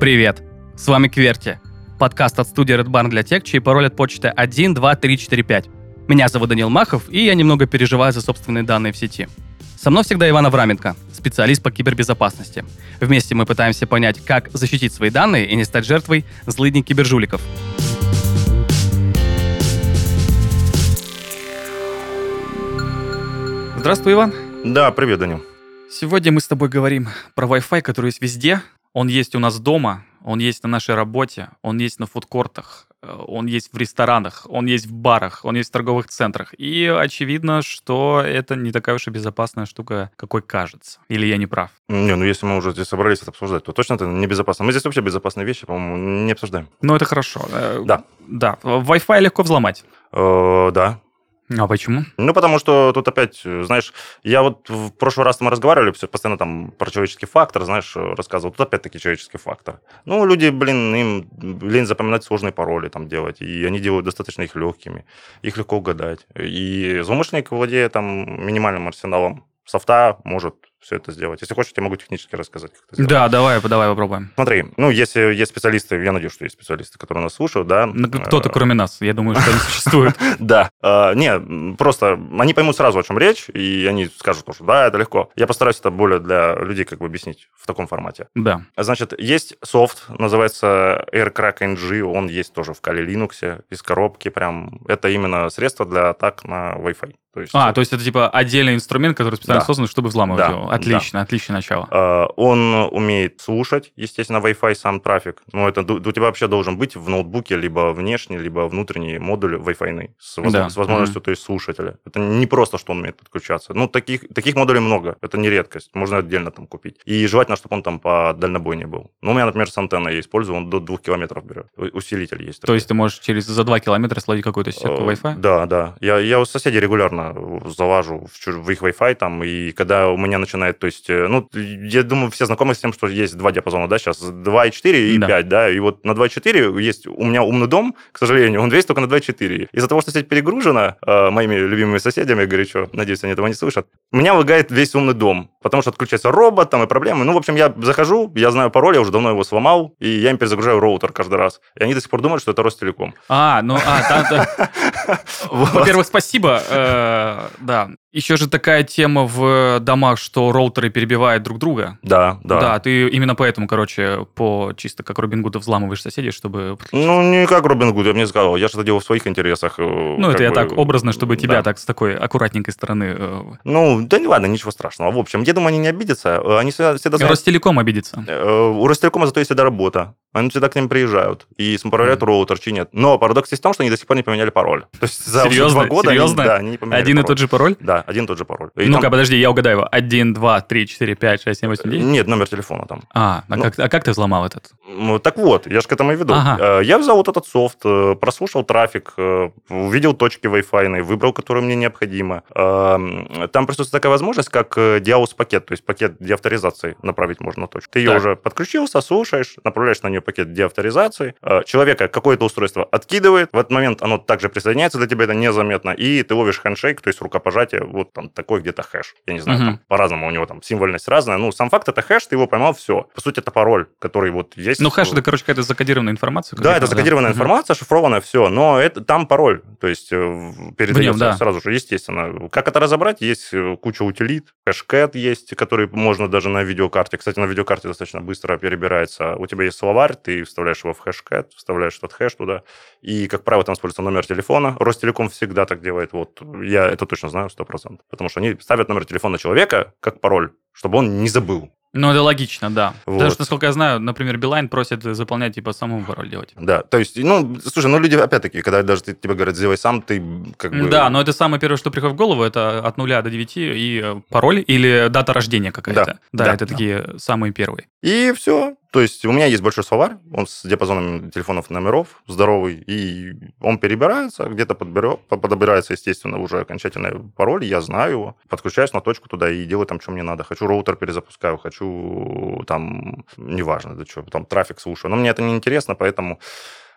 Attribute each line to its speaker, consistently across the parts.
Speaker 1: Привет! С вами Кверти. Подкаст от студии Red Barn для тех, чей пароль от почты 1, 2, 3, 4, 5. Меня зовут Данил Махов, и я немного переживаю за собственные данные в сети. Со мной всегда Иван Авраменко, специалист по кибербезопасности. Вместе мы пытаемся понять, как защитить свои данные и не стать жертвой злыдней кибержуликов. Здравствуй, Иван.
Speaker 2: Да, привет, Данил.
Speaker 1: Сегодня мы с тобой говорим про Wi-Fi, который есть везде. Он есть у нас дома, он есть на нашей работе, он есть на фудкортах, э, он есть в ресторанах, он есть в барах, он есть в торговых центрах. И очевидно, что это не такая уж и безопасная штука, какой кажется. Или я не прав?
Speaker 2: Не, ну если мы уже здесь собрались это обсуждать, то точно это небезопасно. Мы здесь вообще безопасные вещи, по-моему, не обсуждаем.
Speaker 1: Но это хорошо. Э,
Speaker 2: Да.
Speaker 1: Да. Wi-Fi легко взломать.
Speaker 2: Э, да.
Speaker 1: А почему?
Speaker 2: Ну, потому что тут опять, э, знаешь, я вот в прошлый раз мы разговаривали все постоянно там про человеческий фактор, знаешь, э, рассказывал. Тут опять-таки человеческий фактор. Ну, люди, блин, им лень запоминать сложные пароли там делать, и они делают достаточно их легкими. Их легко угадать. И злоумышленник, владея там минимальным арсеналом софта, может все это сделать. Если хочешь, я тебе могу технически рассказать, как это сделать.
Speaker 1: Да, давай, давай попробуем.
Speaker 2: Смотри, ну, если есть специалисты, я надеюсь, что есть специалисты, которые нас слушают, да.
Speaker 1: Ну, Кто-то,
Speaker 2: Э,
Speaker 1: кроме нас, я думаю, что не существует.
Speaker 2: Да. Э, Не, м, просто они поймут сразу, о чем речь, и они скажут, что да, это легко. Я постараюсь это более для людей как бы объяснить в таком формате.
Speaker 1: Да.
Speaker 2: Значит, есть софт, называется Aircrack NG, он есть тоже в Kali Linux, из коробки прям. Это именно средство для атак на Wi-Fi. То есть,
Speaker 1: А, то есть это типа отдельный инструмент, который специально
Speaker 2: Да.
Speaker 1: создан, чтобы взламывать
Speaker 2: Да,
Speaker 1: его.
Speaker 2: да.
Speaker 1: Отлично, отличное начало.
Speaker 2: Э, Он умеет слушать, естественно, Wi-Fi сам трафик. Но это ду- у тебя вообще должен быть в ноутбуке либо внешний, либо внутренний модуль Wi-Fi с, воз-
Speaker 1: Да.
Speaker 2: с возможностью то есть слушателя. Это не просто, что он умеет подключаться. Ну, таких, таких модулей много. Это не редкость. Можно отдельно там купить. И желательно, чтобы он там по дальнобойнее был. Ну, у меня, например, с антенной я использую, он до двух километров берет. У- Усилитель есть.
Speaker 1: То есть ты можешь через за 2 километра словить какую-то сетку
Speaker 2: Э,
Speaker 1: Wi-Fi?
Speaker 2: Да, да. Я, я у соседей регулярно залажу в, чуж- в их Wi-Fi там, и когда у меня начинает, то есть, э, ну, я думаю, все знакомы с тем, что есть два диапазона, да, сейчас, 2,4 и
Speaker 1: Да.
Speaker 2: 5, да, и вот на 2,4 есть, у меня умный дом, к сожалению, он весь только на 2,4. Из-за того, что сеть перегружена э, моими любимыми соседями, горячо, надеюсь, они этого не слышат, меня лагает весь умный дом, потому что отключается робот там и проблемы. Ну, в общем, я захожу, я знаю пароль, я уже давно его сломал, и я им перезагружаю роутер каждый раз. И они до сих пор думают, что это Ростелеком.
Speaker 1: А, ну, а, там- да. Во-первых, спасибо. э, Да. Еще же такая тема в домах, что роутеры перебивают друг друга.
Speaker 2: Да, да.
Speaker 1: Да, ты именно поэтому, короче, по чисто как Робин Гуда взламываешь соседей, чтобы...
Speaker 2: Ну, не как Робин Гуд, я бы не сказал. Я же это делал в своих интересах. э,
Speaker 1: Ну, это я так образно, чтобы тебя так с такой аккуратненькой стороны... э,
Speaker 2: Ну, да не ладно, ничего страшного. В общем, я думаю, они не обидятся. Э, Они всегда... всегда знают-
Speaker 1: Ростелеком обидится.
Speaker 2: Э, У Ростелекома зато есть всегда работа. Они всегда к ним приезжают и смотрят роутер, чинят. Но парадокс есть в том, что они до сих пор не поменяли пароль. То есть за все
Speaker 1: Серьезно?
Speaker 2: два года они-
Speaker 1: Серьезно?
Speaker 2: да, они не поменяли
Speaker 1: Один и
Speaker 2: пароль.
Speaker 1: тот же пароль?
Speaker 2: Да, один и тот же пароль. И
Speaker 1: Ну-ка,
Speaker 2: там-
Speaker 1: подожди, я угадаю его. 1, 2, 3, 4, 5, 6, 7, 8, 9.
Speaker 2: Нет, номер телефона там.
Speaker 1: А, а
Speaker 2: Ну.
Speaker 1: как- а как ты взломал этот?
Speaker 2: Ну, Так вот, я же к этому и веду.
Speaker 1: Ага.
Speaker 2: Э, Я взял вот этот софт, э, прослушал трафик, э, увидел точки Wi-Fi, выбрал, которые мне необходимо. Эм, Там присутствует такая возможность, как диаус-пакет, то есть пакет деавторизации направить можно на точку. Ты ее
Speaker 1: Так.
Speaker 2: уже подключился, слушаешь, направляешь на нее пакет деавторизации. Э, Человека какое-то устройство откидывает, в этот момент оно также присоединяется, для тебя это незаметно, и ты ловишь хендшейк, то есть рукопожатие, вот там такой где-то хэш. Я не знаю,
Speaker 1: Мгм.
Speaker 2: там по-разному у него там символьность разная. Ну, сам факт это хэш, ты его поймал, все. По сути, это пароль, который вот есть.
Speaker 1: Ну, хэш,
Speaker 2: в-
Speaker 1: это, короче, какая-то закодированная информация.
Speaker 2: да, это закодированная
Speaker 1: информация.
Speaker 2: информация, шифрованная, все, но это там пароль, то есть э, в- передается
Speaker 1: да.
Speaker 2: сразу же, естественно. Как это разобрать? Есть э, куча утилит, кэшкэт есть, который можно даже на видеокарте. Кстати, на видеокарте достаточно быстро перебирается. У тебя есть словарь, ты вставляешь его в хэшкэт, вставляешь этот хэш туда, и, как правило, там используется номер телефона. Ростелеком всегда так делает, вот, я это точно знаю, 100%, потому что они ставят номер телефона человека как пароль, чтобы он не забыл.
Speaker 1: Ну, это логично, да. Потому
Speaker 2: Вот.
Speaker 1: что, насколько я знаю, например, Билайн просит заполнять, типа, самому пароль делать.
Speaker 2: Да, то есть, ну, слушай, ну люди, опять-таки, когда даже ты- тебе говорят, сделай сам, ты как бы...
Speaker 1: Да, но это самое первое, что приходит в голову, это от нуля до 9 и э, пароль или дата рождения какая-то. Да,
Speaker 2: Да, да,
Speaker 1: это
Speaker 2: да.
Speaker 1: такие самые первые.
Speaker 2: И все. То есть у меня есть большой словарь, он с диапазоном телефонов номеров, здоровый, и он перебирается, где-то подбере- по- подобирается, естественно, уже окончательный пароль, я знаю его, подключаюсь на точку туда и делаю там, что мне надо. Хочу роутер перезапускаю, хочу там, неважно, да что, там трафик слушаю. Но мне это не интересно, поэтому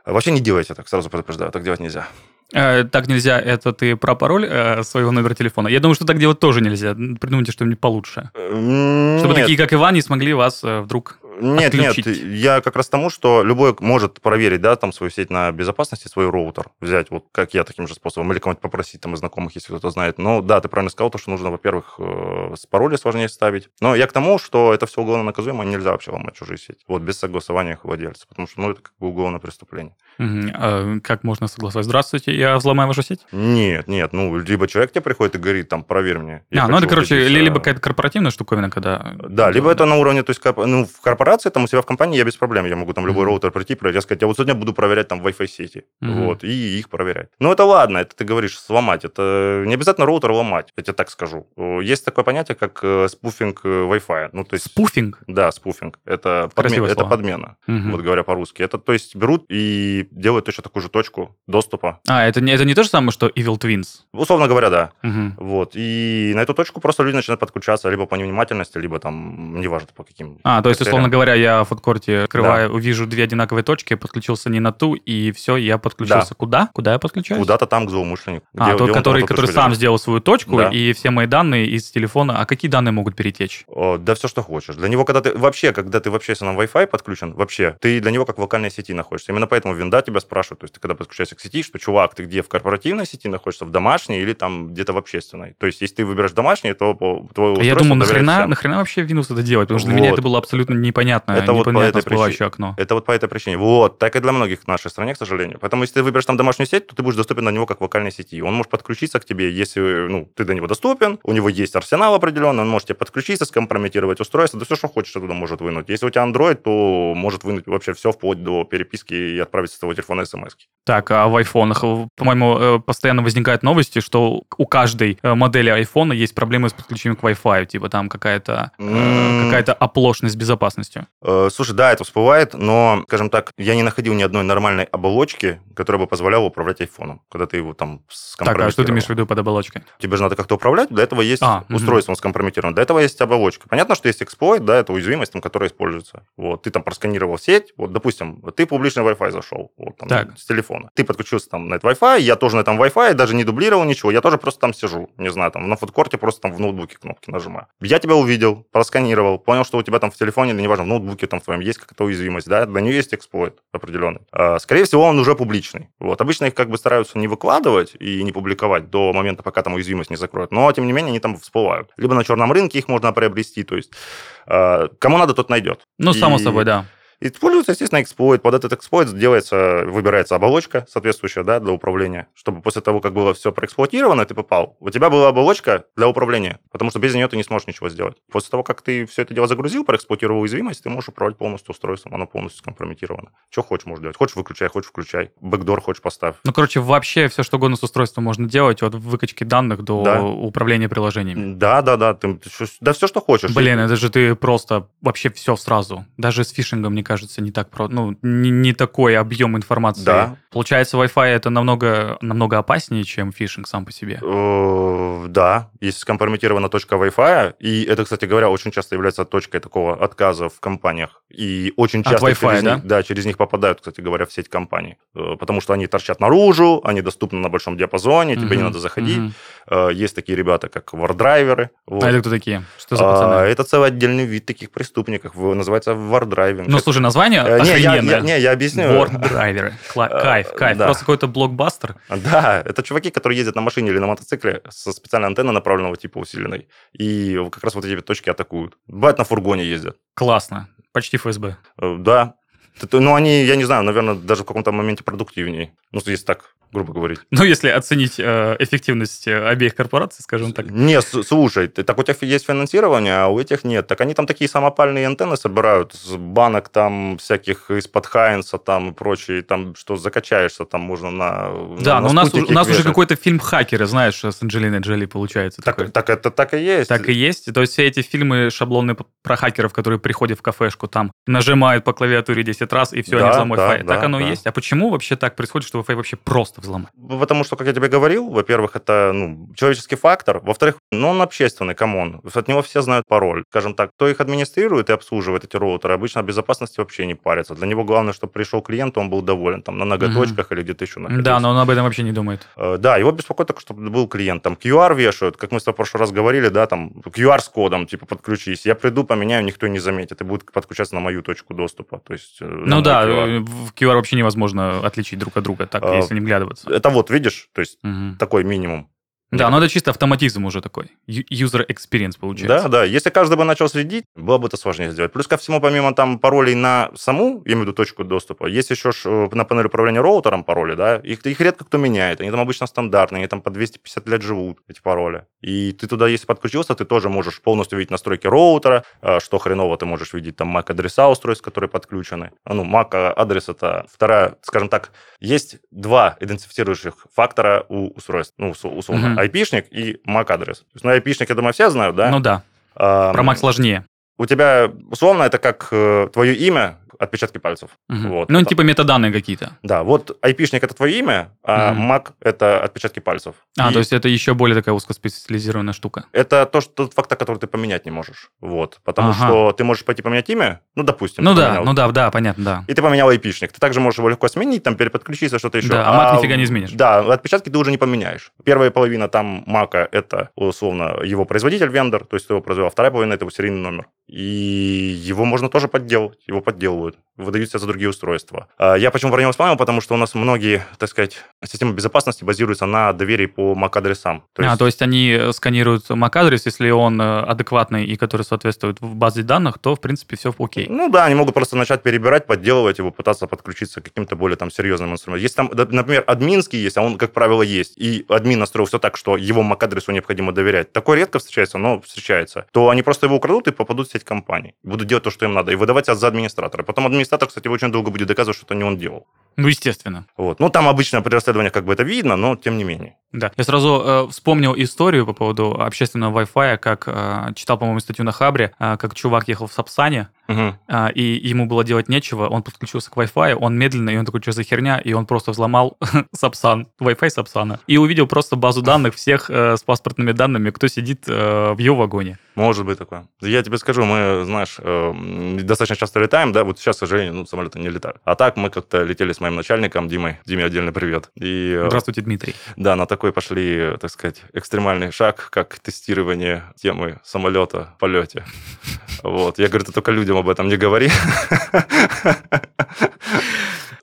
Speaker 2: э, вообще не делайте так, сразу предупреждаю, так делать нельзя.
Speaker 1: Э, так нельзя, это ты про пароль э, своего номера телефона. Я думаю, что так делать тоже нельзя. Придумайте что-нибудь получше.
Speaker 2: Чтобы
Speaker 1: Чтобы такие, как Иван, не смогли вас э, вдруг
Speaker 2: Нет,
Speaker 3: отключить.
Speaker 2: нет, я как раз к тому, что любой может проверить, да, там свою сеть на безопасности, свой роутер взять, вот как я таким же способом, или кого-нибудь попросить там из знакомых, если кто-то знает. Но да, ты правильно сказал, то, что нужно, во-первых, э, с пароли сложнее ставить. Но я к тому, что это все уголовно наказуемо, нельзя вообще ломать чужие сети, вот без согласования их владельца, потому что, ну, это как бы уголовное преступление.
Speaker 1: Мгм. А Как можно согласовать? Здравствуйте, я взломаю вашу сеть?
Speaker 2: Нет, нет, ну, либо человек к тебе приходит и говорит, там, проверь мне. Я
Speaker 1: а, ну это,
Speaker 2: хочу вот
Speaker 1: короче,
Speaker 2: эти
Speaker 1: ли-
Speaker 2: все-
Speaker 1: либо какая-то корпоративная штуковина, когда...
Speaker 2: Да, либо это на уровне, то есть, кап- ну, в корпорации, там, у себя в компании я без проблем, я могу там любой
Speaker 1: Мгм.
Speaker 2: роутер прийти, проверять, я сказать, я вот сегодня буду проверять там Wi-Fi сети,
Speaker 1: Мгм.
Speaker 2: вот, и их проверять. Ну, это ладно, это ты говоришь, сломать, это не обязательно роутер ломать, я тебе так скажу. Э, Есть такое понятие, как э, спуфинг э, Wi-Fi, ну, то есть...
Speaker 1: Спуфинг.
Speaker 2: Да, спуфинг. Это, подме-
Speaker 1: Красивое
Speaker 2: это
Speaker 1: слово.
Speaker 2: подмена,
Speaker 1: Мгм.
Speaker 2: вот говоря по-русски. Это, то есть, берут и делают точно такую же точку доступа.
Speaker 1: А, это не, это не то же самое, что Evil Twins?
Speaker 2: Условно говоря, да.
Speaker 1: Мгм.
Speaker 2: Вот. И на эту точку просто люди начинают подключаться либо по невнимательности, либо там, неважно по каким.
Speaker 1: А, то есть,
Speaker 2: критериям.
Speaker 1: условно говоря, я в фудкорте открываю, увижу две одинаковые точки, подключился не на ту, и все, я подключился
Speaker 2: Да.
Speaker 1: куда? Куда я подключаюсь?
Speaker 2: Куда-то там к злоумышленнику.
Speaker 1: А,
Speaker 2: Где- где он
Speaker 1: тот,
Speaker 2: там
Speaker 1: который,
Speaker 2: эту
Speaker 1: который
Speaker 2: точку
Speaker 1: сам
Speaker 2: держит.
Speaker 1: сделал свою точку,
Speaker 2: Да.
Speaker 1: и все мои данные из телефона. А какие данные могут перетечь?
Speaker 2: О, Да все, что хочешь. Для него, когда ты вообще, когда ты в общественном Wi-Fi подключен, вообще, ты для него как в локальной сети находишься. Именно поэтому винда тебя спрашивает, то есть ты когда подключаешься к сети, что, чувак, ты где, в корпоративной сети находишься, в домашней или там где-то в общественной? То есть если ты выбираешь домашний, то по- твое
Speaker 1: А я
Speaker 2: устройство
Speaker 1: думаю,
Speaker 2: доверяет
Speaker 1: нахрена,
Speaker 2: всем.
Speaker 1: нахрена вообще Windows это делать? Потому что для меня
Speaker 2: Вот.
Speaker 1: это было абсолютно непонятно,
Speaker 2: Это вот по
Speaker 1: непонятно
Speaker 2: этой
Speaker 1: всплывающее
Speaker 2: причине.
Speaker 1: окно.
Speaker 2: Это вот по этой причине. Вот, так и для многих в нашей стране, к сожалению. Поэтому, если ты выберешь там домашнюю сеть, то ты будешь доступен на него как в локальной сети. Он может подключиться к тебе, если ну, ты до него доступен, у него есть арсенал определенный, он может тебе подключиться, скомпрометировать устройство, да все, что хочешь, оттуда может вынуть. Если у тебя Android, то может вынуть вообще все, вплоть до переписки и отправить с твоего телефона смс.
Speaker 1: Так, а в айфонах, э, по-моему, э, постоянно возникают новости, что у каждой э, модели айфона есть проблемы с подключением к Wi-Fi, типа там какая-то э,
Speaker 2: М.
Speaker 1: какая-то оплошность с безопасностью.
Speaker 2: Э, Слушай, да, это всплывает, но, скажем так, я не находил ни одной нормальной оболочки, которая бы позволяла управлять айфоном, когда ты его там
Speaker 1: Так, а что ты
Speaker 2: скомпрометировал.
Speaker 1: имеешь в виду под оболочкой?
Speaker 2: Тебе же надо как-то управлять, для этого есть
Speaker 1: А, мгм.
Speaker 2: устройство скомпрометировано, для этого есть оболочка. Понятно, что есть эксплойт, да, это уязвимость, там, которая используется. Вот, ты там просканировал сеть, вот, допустим, ты публичный Wi-Fi зашел, вот, там,
Speaker 1: Так.
Speaker 2: с телефона. Ты подключился там на этот Wi-Fi, я тоже на этом Wi-Fi, даже не дублировал ничего, я тоже просто там сижу, не знаю, там, на фудкорте просто там в ноутбуке кнопки нажимаю. Я тебя увидел, просканировал, понял, что у тебя там в телефоне, или неважно, в ноутбуке там в твоем есть какая-то уязвимость, да, для нее есть эксплойт определенный. А, Скорее всего, он уже публичный. Вот, обычно их как бы стараются не выкладывать и не публиковать до момента, пока там уязвимость не закроют, но, тем не менее, они там всплывают. Либо на черном рынке их можно приобрести, то есть, э, кому надо, тот найдет.
Speaker 1: Ну, само
Speaker 2: И-
Speaker 1: собой, да.
Speaker 2: Используется, естественно, эксплойт. Под этот эксплойт делается, выбирается оболочка соответствующая да, для управления, чтобы после того, как было все проэксплуатировано, ты попал, у тебя была оболочка для управления, потому что без нее ты не сможешь ничего сделать. После того, как ты все это дело загрузил, проэксплуатировал уязвимость, ты можешь управлять полностью устройством, оно полностью скомпрометировано. Что хочешь, можешь делать. Хочешь, выключай, хочешь, включай. Бэкдор хочешь, поставь.
Speaker 1: Ну, короче, вообще все, что угодно с устройством можно делать, от выкачки данных до
Speaker 2: Да.
Speaker 1: управления приложениями.
Speaker 2: Да, да, да, ты, ты чё- да все, что хочешь.
Speaker 1: Блин, это же ты просто вообще все сразу. Даже с фишингом, мне кажется, не так про, ну не, не такой объем информации.
Speaker 2: Да.
Speaker 1: Получается, Wi-Fi это намного намного опаснее, чем фишинг сам по себе.
Speaker 2: Э, Да, если скомпрометирована точка Wi-Fi, и это, кстати говоря, очень часто является точкой такого отказа в компаниях. И очень
Speaker 1: От
Speaker 2: часто
Speaker 1: Wi-Fi,
Speaker 2: через,
Speaker 1: да?
Speaker 2: них, да, через них попадают, кстати говоря, в сеть компаний. Э, Потому что они торчат наружу, они доступны на большом диапазоне, тебе типа не
Speaker 1: Мгм,
Speaker 2: надо заходить.
Speaker 1: мгм.
Speaker 2: Э, Есть такие ребята, как вардрайверы. Вот.
Speaker 1: А это кто такие? Что за пацаны?
Speaker 2: А, Это целый отдельный вид таких преступников. в- Называется вардрайвинг.
Speaker 1: ну, слушай, название
Speaker 2: Э, не, я-
Speaker 1: охрененное.
Speaker 2: я- не, я объясню.
Speaker 1: Ворд-драйверы. Кла-
Speaker 2: Э,
Speaker 1: Кайф, кайф.
Speaker 2: да.
Speaker 1: Просто какой-то блокбастер.
Speaker 2: Да, это чуваки, которые ездят на машине или на мотоцикле со специальной антенной направленного типа усиленной. И как раз вот эти точки атакуют. Бывает, на фургоне ездят.
Speaker 1: Классно. Почти ФСБ.
Speaker 2: Э, Да. Т- т- Ну, они, я не знаю, наверное, даже в каком-то моменте продуктивнее. Ну, если так, грубо говорить.
Speaker 1: Ну, если оценить э, эффективность э, обеих корпораций, скажем так.
Speaker 2: Не, с- слушай, ты- так у тебя есть финансирование, а у этих нет. Так они там такие самопальные антенны собирают с банок там всяких из-под Хайнса там и прочее, там что закачаешься, там можно на
Speaker 1: Да,
Speaker 2: на
Speaker 1: но у нас, у
Speaker 2: спутники
Speaker 1: нас уже
Speaker 2: вешать.
Speaker 1: какой-то фильм хакеры, знаешь, с Анджелиной Джоли получается. такой.
Speaker 2: так, так это так и есть.
Speaker 1: Так и есть. То есть все эти фильмы шаблонные п- про хакеров, которые приходят в кафешку, там нажимают по клавиатуре 10 10 раз, и все,
Speaker 2: Да,
Speaker 1: они взломают
Speaker 2: да,
Speaker 1: Wi-Fi.
Speaker 2: да,
Speaker 1: так оно и
Speaker 2: да.
Speaker 1: есть. А почему вообще так происходит, что Wi-Fi вообще просто взломать?
Speaker 2: Потому что, как я тебе говорил, во-первых, это ну, человеческий фактор. Во-вторых, ну, он общественный, камон. От него все знают пароль. Скажем так, кто их администрирует и обслуживает эти роутеры, обычно о безопасности вообще не парится. Для него главное, чтобы пришел клиент, он был доволен, там, на ноготочках или где-то еще находился.
Speaker 1: Да, но он об этом вообще не думает.
Speaker 2: Э, Да, его беспокоит только, чтобы был клиент. Там QR вешают, как мы с тобой в прошлый раз говорили, да, там QR с кодом, типа, подключись. Я приду, поменяю, никто не заметит и будет подключаться на мою точку доступа. То есть, э, на
Speaker 1: Ну
Speaker 2: мой
Speaker 1: да,
Speaker 2: QR.
Speaker 1: э, в QR вообще невозможно отличить друг от друга, так,
Speaker 2: А,
Speaker 1: если не вглядываться.
Speaker 2: Это вот, видишь, то есть
Speaker 1: Мгм.
Speaker 2: такой минимум.
Speaker 1: Да, но это чисто автоматизм уже такой. Ю- User experience
Speaker 2: Да,
Speaker 1: получается.
Speaker 2: да. Если каждый бы начал следить, было бы это сложнее сделать. Плюс ко всему, помимо там паролей на саму, я имею в виду точку доступа, есть еще ж, э, на панели управления роутером пароли, да, их, их редко кто меняет, они там обычно стандартные, они там по 250 лет живут, эти пароли. И ты туда, если подключился, ты тоже можешь полностью видеть настройки роутера, э, что хреново ты можешь видеть, там MAC-адреса устройств, которые подключены. А, Ну, MAC-адрес это вторая, скажем так, есть два идентифицирующих фактора у устройств, ну, усо- условно,
Speaker 1: Мгм.
Speaker 2: IP-шник и MAC-адрес. То есть, ну, IP-шник, я думаю, все знают, да?
Speaker 1: Ну да,
Speaker 2: Эм,
Speaker 1: про Mac сложнее.
Speaker 2: У тебя, условно, это как э, твое имя, отпечатки пальцев.
Speaker 1: Мгм.
Speaker 2: вот.
Speaker 1: Ну, типа метаданные какие-то.
Speaker 2: Да, вот айпишник это твое имя, а
Speaker 1: Мгм.
Speaker 2: Mac это отпечатки пальцев.
Speaker 1: А,
Speaker 2: И
Speaker 1: то есть это еще более такая узкоспециализированная штука.
Speaker 2: Это то, что тот фактор, который ты поменять не можешь. Вот. Потому
Speaker 1: Ага.
Speaker 2: что ты можешь пойти поменять имя, ну, допустим.
Speaker 1: Ну
Speaker 2: ты
Speaker 1: да,
Speaker 2: поменял,
Speaker 1: ну да, да, понятно, да.
Speaker 2: И ты поменял айпишник. Ты также можешь его легко сменить, там переподключиться, что-то еще.
Speaker 1: Да, а Mac нифига не изменишь.
Speaker 2: Да, отпечатки ты уже не поменяешь. Первая половина там Мака это условно его производитель, вендор, то есть кто его произвел, а вторая половина это его серийный номер. И его можно тоже подделать, его подделывают, выдают себя за другие устройства. А Я почему про него вспомнил, потому что у нас многие, так сказать, системы безопасности базируются на доверии по Mac-адресам. То
Speaker 1: а, то есть они э, сканируют MAC-адрес, если он э, адекватный и который соответствует в базе данных, то, в принципе, все окей.
Speaker 2: Ну да, они могут просто начать перебирать, подделывать его, пытаться подключиться к каким-то более там серьезным инструментам. Если там, да, например, админский есть, а он, как правило, есть, и админ настроил все так, что его MAC-адресу необходимо доверять, такое редко встречается, но встречается, то они просто его украдут и попадут в сеть компаний. Будут делать то, что им надо, и выдавать себя за администратора. Потом администратор, кстати, очень долго будет доказывать, что это не он делал.
Speaker 1: Ну, естественно.
Speaker 2: Вот. Ну, там обычно при расследованиях как бы это видно, но тем не менее.
Speaker 1: Да. Я сразу э, вспомнил историю по поводу общественного Wi-Fi, как э, читал, по-моему, статью на Хабре, э, как чувак ехал в Сапсане,
Speaker 2: Мгм.
Speaker 1: а, и ему было делать нечего, он подключился к Wi-Fi, он медленно, и он такой, что за херня, и он просто взломал Сапсан, Wi-Fi Сапсана, и увидел просто базу данных всех э, с паспортными данными, кто сидит э, в его вагоне.
Speaker 2: Может быть такое. Я тебе скажу, мы, знаешь, эм, достаточно часто летаем, да, вот сейчас, к сожалению, ну, самолеты не летают. А так мы как-то летели с моим начальником Димой. Диме отдельный привет. И э,
Speaker 1: Здравствуйте, Дмитрий.
Speaker 2: да, на такой пошли, э, так сказать, экстремальный шаг, как тестирование темы самолета в полете. Вот. Я говорю, ты только людям об этом не говори.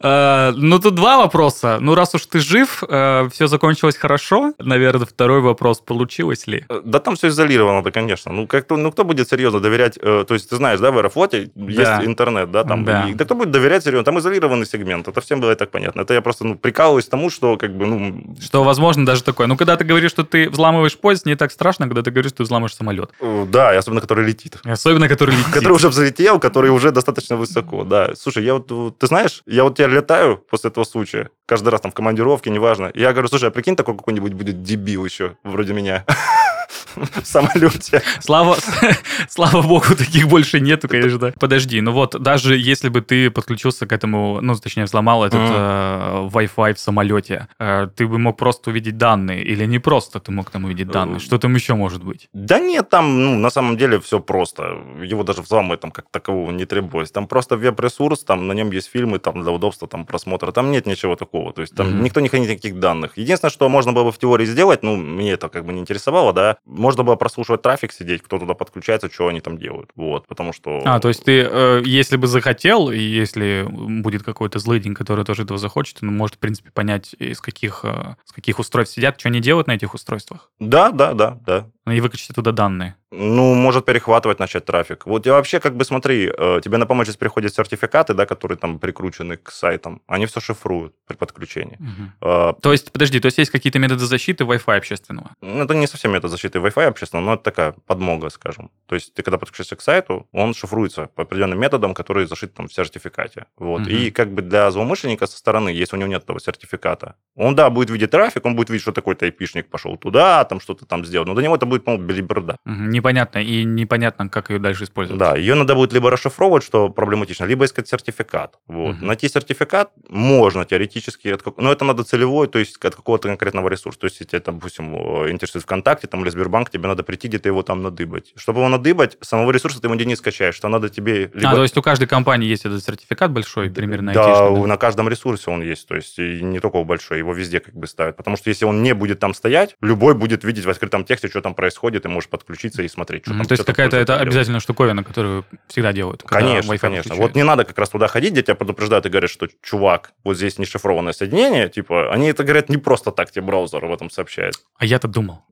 Speaker 1: Э, ну, тут два вопроса. Ну, раз уж ты жив, все закончилось хорошо. Наверное, второй вопрос, получилось ли?
Speaker 2: Э, Да там все изолировано, да, конечно. Ну, как, ну кто будет серьезно доверять? э, то есть ты знаешь, да, в Аэрофлоте
Speaker 1: Да.
Speaker 2: есть интернет, да, там.
Speaker 1: Да.
Speaker 2: и- да кто будет доверять серьезно? Там изолированный сегмент. Это всем было и так понятно. Это я просто ну, прикалываюсь тому, что как бы, ну,
Speaker 1: Что, возможно, даже такое. Ну, когда ты говоришь, что ты взламываешь поезд, не так страшно, когда ты говоришь, что ты взламываешь самолет.
Speaker 2: э, да, и особенно который летит.
Speaker 1: Особенно, который летит.
Speaker 2: Который уже взлетел, который уже достаточно высоко, да. Слушай, я вот, э, ты знаешь, я вот я летаю после этого случая, каждый раз там в командировке, неважно. И я говорю, слушай, а прикинь, такой какой-нибудь будет дебил еще, вроде меня, в самолете.
Speaker 1: Слава, слава богу, таких больше нету, конечно. Подожди, ну вот, даже если бы ты подключился к этому, ну, точнее, взломал этот
Speaker 2: Мгм.
Speaker 1: э, Wi-Fi в самолете, э, ты бы мог просто увидеть данные, или не просто ты мог там увидеть данные?
Speaker 2: Э,
Speaker 1: Что там еще может быть?
Speaker 2: Да нет, там, ну, на самом деле все просто. Его даже взламывать там как такового не требовалось. Там просто веб-ресурс, там на нем есть фильмы там для удобства там просмотра. Там нет ничего такого. То есть там
Speaker 1: Мгм.
Speaker 2: никто не хранит никаких данных. Единственное, что можно было бы в теории сделать, ну, мне это как бы не интересовало, да, можно было прослушивать трафик, сидеть, кто туда подключается, что они там делают. Вот, потому что...
Speaker 1: А, то есть ты, э, если бы захотел, и если будет какой-то злый день, который тоже этого захочет, он может, в принципе, понять, из каких, э, с каких устройств сидят, что они делают на этих устройствах,
Speaker 2: Да, да, да, да.
Speaker 1: Ну, и выкачать оттуда данные.
Speaker 2: Ну, может перехватывать начать трафик. Вот я вообще, как бы, смотри, э, тебе на помощь сейчас приходят сертификаты, да, которые там прикручены к сайтам. Они все шифруют при подключении. Э,
Speaker 1: То есть, подожди, то есть есть какие-то методы защиты Wi-Fi общественного?
Speaker 2: Ну, это не совсем метод защиты Wi-Fi общественного, но это такая подмога, скажем. То есть ты когда подключаешься к сайту, он шифруется по определенным методам, которые зашиты там в сертификате. Вот.
Speaker 1: Мгм.
Speaker 2: И как бы для злоумышленника со стороны, если у него нет этого сертификата, он, да, будет видеть трафик, он будет видеть, что такой-то айпишник пошел туда, там что-то там сделал, но до него это будет будет, мол, билиберда.
Speaker 1: Мгм, Непонятно, и непонятно, как ее дальше использовать.
Speaker 2: Да, ее надо будет либо расшифровывать, что проблематично, либо искать сертификат. Вот.
Speaker 1: Мгм.
Speaker 2: Найти сертификат можно теоретически, от как- но это надо целевой, то есть от какого-то конкретного ресурса. То есть, если тебя, там, допустим, э, интересует ВКонтакте там, или Сбербанк, тебе надо прийти где-то его там надыбать. Чтобы его надыбать, самого ресурса ты ему не скачаешь, что надо тебе... Либо...
Speaker 1: А, то есть у каждой компании есть этот сертификат большой, примерно
Speaker 2: Да,
Speaker 1: айтишный, да?
Speaker 2: на каждом ресурсе он есть, то есть и не только у большой, его везде как бы ставят. Потому что если он не будет там стоять, любой будет видеть в открытом тексте, что там происходит, и можешь подключиться и смотреть, что
Speaker 1: Мгм,
Speaker 2: там.
Speaker 1: То есть
Speaker 2: кто-то
Speaker 1: какая-то это
Speaker 2: пользуется, делает.
Speaker 1: обязательная штуковина, которую всегда делают. когда
Speaker 2: Конечно,
Speaker 1: Wi-Fi
Speaker 2: конечно.
Speaker 1: подключают.
Speaker 2: Вот не надо как раз туда ходить, где тебя предупреждают и говорят, что, чувак, вот здесь нешифрованное соединение, типа, они это говорят не просто так, тебе браузер в этом сообщает.
Speaker 1: А я-то думал.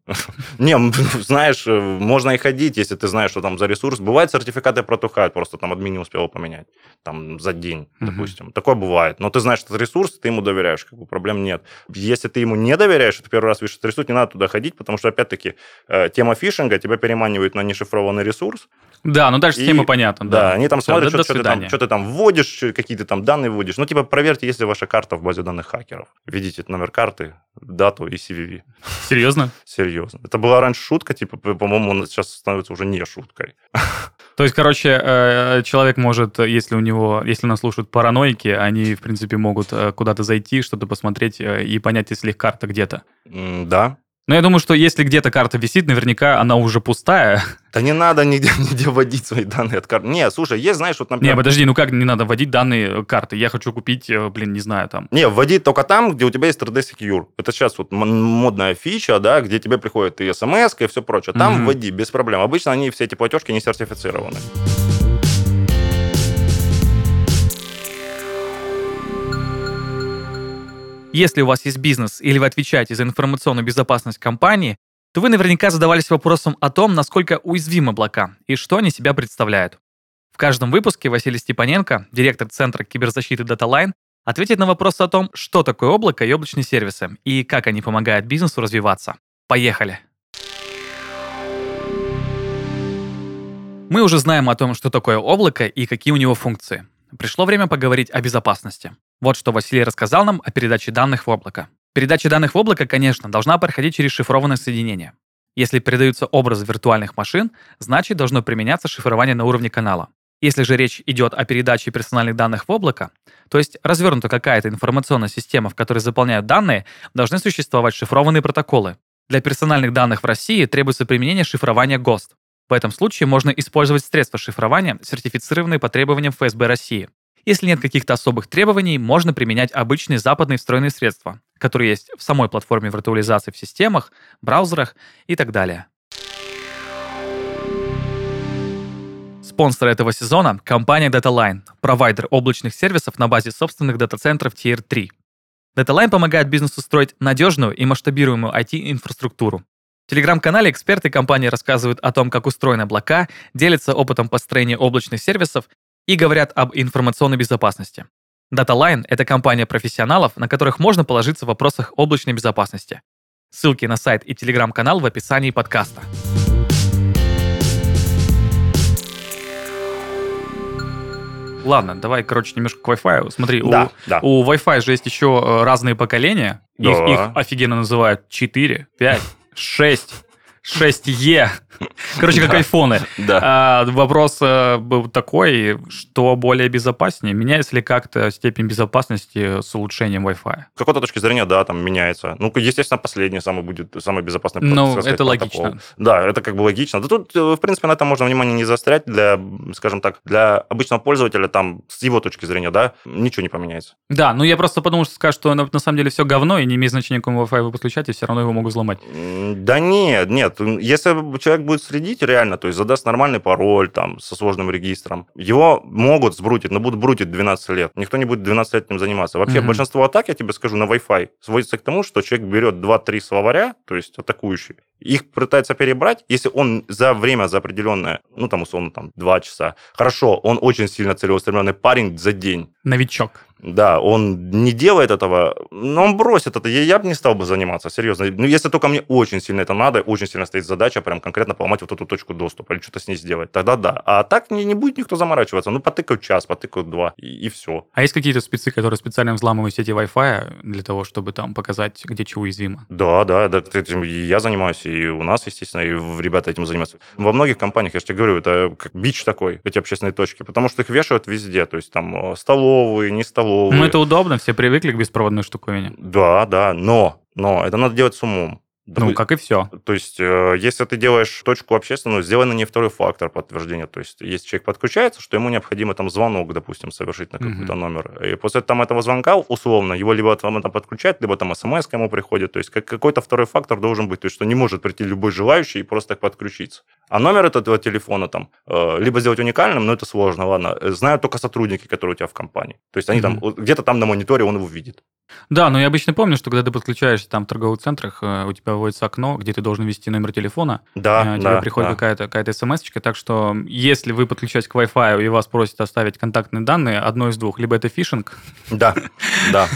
Speaker 2: Не, м, знаешь, э, можно и ходить, если ты знаешь, что там за ресурс. Бывает, сертификаты протухают, просто там админ не успел поменять, там, за день,
Speaker 1: Мгм.
Speaker 2: допустим. Такое бывает. Но ты знаешь этот ресурс, ты ему доверяешь, как бы проблем нет. Если ты ему не доверяешь, и ты первый раз видишь этот ресурс, не надо туда ходить, потому что, опять-таки, э, тема фишинга тебя переманивает на нешифрованный ресурс,
Speaker 1: Да, ну дальше
Speaker 2: И-
Speaker 1: схема понятна.
Speaker 2: да,
Speaker 1: Да,
Speaker 2: они там
Speaker 1: Всё,
Speaker 2: смотрят,
Speaker 1: до-
Speaker 2: что,
Speaker 1: до
Speaker 2: ты там,
Speaker 1: свидания.
Speaker 2: чё ты там вводишь, чё- какие ты там данные вводишь. Ну, типа, проверьте, есть ли ваша карта в базе данных хакеров. Видите номер карты, дату и CVV.
Speaker 1: Серьезно?
Speaker 2: Серьезно. Это была раньше шутка, типа, по- по-моему, она сейчас становится уже не шуткой.
Speaker 1: То есть, короче, э, человек может, э, если у него, если нас слушают параноики, они, в принципе, могут э, куда-то зайти, что-то посмотреть э, и понять, если их карта где-то.
Speaker 2: М, Да.
Speaker 1: Но я думаю, что если где-то карта висит, наверняка она уже пустая.
Speaker 2: Да не надо нигде, нигде вводить свои данные от карты. Не, слушай, есть, знаешь, вот,
Speaker 1: Не,
Speaker 2: например...
Speaker 1: подожди, ну как не надо вводить данные карты? Я хочу купить, э, блин, не знаю, там.
Speaker 2: Не, вводи только там, где у тебя есть 3D Secure. Это сейчас вот м- модная фича, да, где тебе приходит и смс, и все прочее. Там
Speaker 1: Мгм.
Speaker 2: вводи, без проблем. Обычно они, все эти платежки, не сертифицированы.
Speaker 4: Если у вас есть бизнес или вы отвечаете за информационную безопасность компании, то вы наверняка задавались вопросом о том, насколько уязвимы облака и что они себя представляют. В каждом выпуске Василий Степаненко, директор Центра киберзащиты DataLine, ответит на вопросы о том, что такое облако и облачные сервисы, и как они помогают бизнесу развиваться. Поехали! Мы уже знаем о том, что такое облако и какие у него функции. Пришло время поговорить о безопасности. Вот что Василий рассказал нам о передаче данных в облако. Передача данных в облако, конечно, должна проходить через шифрованное соединение. Если передаются образы виртуальных машин, значит должно применяться шифрование на уровне канала. Если же речь идет о передаче персональных данных в облако, то есть развернута какая-то информационная система, в которой заполняют данные, должны существовать шифрованные протоколы. Для персональных данных в России требуется применение шифрования ГОСТ. В этом случае можно использовать средства шифрования, сертифицированные по требованиям ФСБ России. Если нет каких-то особых требований, можно применять обычные западные встроенные средства, которые есть в самой платформе виртуализации в системах, браузерах и так далее. Спонсор этого сезона – компания DataLine, провайдер облачных сервисов на базе собственных дата-центров Tier 3. DataLine помогает бизнесу строить надежную и масштабируемую IT-инфраструктуру. В телеграм-канале эксперты компании рассказывают о том, как устроены облака, делятся опытом построения облачных сервисов и говорят об информационной безопасности. DataLine — это компания профессионалов, на которых можно положиться в вопросах облачной безопасности. Ссылки на сайт и телеграм-канал в описании подкаста.
Speaker 1: Ладно, давай, короче, немножко к Wi-Fi. Смотри, у-
Speaker 2: Да, да.
Speaker 1: у, Wi-Fi же есть еще э, разные поколения. Их-
Speaker 2: А. Да.
Speaker 1: Их, офигенно называют 4, 5, 6, 6E. Короче, как
Speaker 2: Да.
Speaker 1: айфоны.
Speaker 2: Да.
Speaker 1: А, вопрос э, был такой, что более безопаснее? Меняется ли как-то степень безопасности с улучшением Wi-Fi?
Speaker 2: С какой-то точки зрения, да, там меняется. Ну, естественно, последний самый будет самый безопасный
Speaker 1: Ну,
Speaker 2: так сказать,
Speaker 1: это
Speaker 2: протокол.
Speaker 1: логично.
Speaker 2: Да, это как бы логично. Да тут, э, в принципе, на этом можно внимание не застрять. Для, скажем так, для обычного пользователя, там, с его точки зрения, да, ничего не поменяется.
Speaker 1: Да, ну я просто подумал, что скажешь, что на, на самом деле все говно, и не имеет значения, к какому Wi-Fi вы подключаете, все равно его могут взломать.
Speaker 2: М, Да нет, нет. Если человек будет следить реально, то есть задаст нормальный пароль, там, со сложным регистром, его могут сбрутить, но будут брутить 12 лет. Никто не будет 12 лет этим заниматься. Вообще,
Speaker 1: Мгм.
Speaker 2: большинство атак, я тебе скажу, на Wi-Fi сводится к тому, что человек берет 2-3 словаря, то есть атакующий, их пытается перебрать, если он за время, за определенное, ну, там, условно, там, 2 часа, хорошо, он очень сильно целеустремленный парень за день,
Speaker 1: Новичок.
Speaker 2: да, он не делает этого, но он бросит это. Я, я бы не стал бы заниматься, серьезно. Ну, если только мне очень сильно это надо, очень сильно стоит задача прям конкретно поломать вот эту точку доступа или что-то с ней сделать, тогда да. А так не, не будет никто заморачиваться. Ну, потыкают час, потыкают два, и, все.
Speaker 1: А есть какие-то спецы, которые специально взламывают сети Wi-Fi для того, чтобы там показать, где чего уязвимо?
Speaker 2: Да, да, да, этим и я занимаюсь. и у нас, естественно, и в- ребята этим занимаются. Во многих компаниях, я же тебе говорю, это как бич такой, эти общественные точки, потому что их вешают везде, то есть там э, столовые, не столовые.
Speaker 1: Ну, это удобно, все привыкли к беспроводной штуковине.
Speaker 2: Да, да, но, но это надо делать с умом.
Speaker 1: Ну,
Speaker 2: Допу-
Speaker 1: как и все.
Speaker 2: то есть, э, если ты делаешь точку общественную, сделай на ней второй фактор подтверждения. То есть, если человек подключается, что ему необходимо там звонок, допустим, совершить на какой-то
Speaker 1: Мгм.
Speaker 2: номер. И после там этого звонка, условно, его либо там это подключают, либо там смс к ему приходит. То есть, как, какой-то второй фактор должен быть. То есть, что не может прийти любой желающий и просто так подключиться. А номер от этого телефона там э, либо сделать уникальным, но это сложно, ладно. Э, Знают только сотрудники, которые у тебя в компании. То есть, они там,
Speaker 1: Мгм.
Speaker 2: вот где-то там на мониторе он его видит.
Speaker 1: Да, но я обычно помню, что когда ты подключаешься там в торговых центрах, э, у тебя вводится окно, где ты должен ввести номер телефона,
Speaker 2: Да,
Speaker 1: э, тебе
Speaker 2: А, да,
Speaker 1: приходит
Speaker 2: да.
Speaker 1: какая-то какая смс так что м, если вы подключаетесь к Wi-Fi и вас просят оставить контактные данные, одно из двух, либо это фишинг,
Speaker 2: Да, да.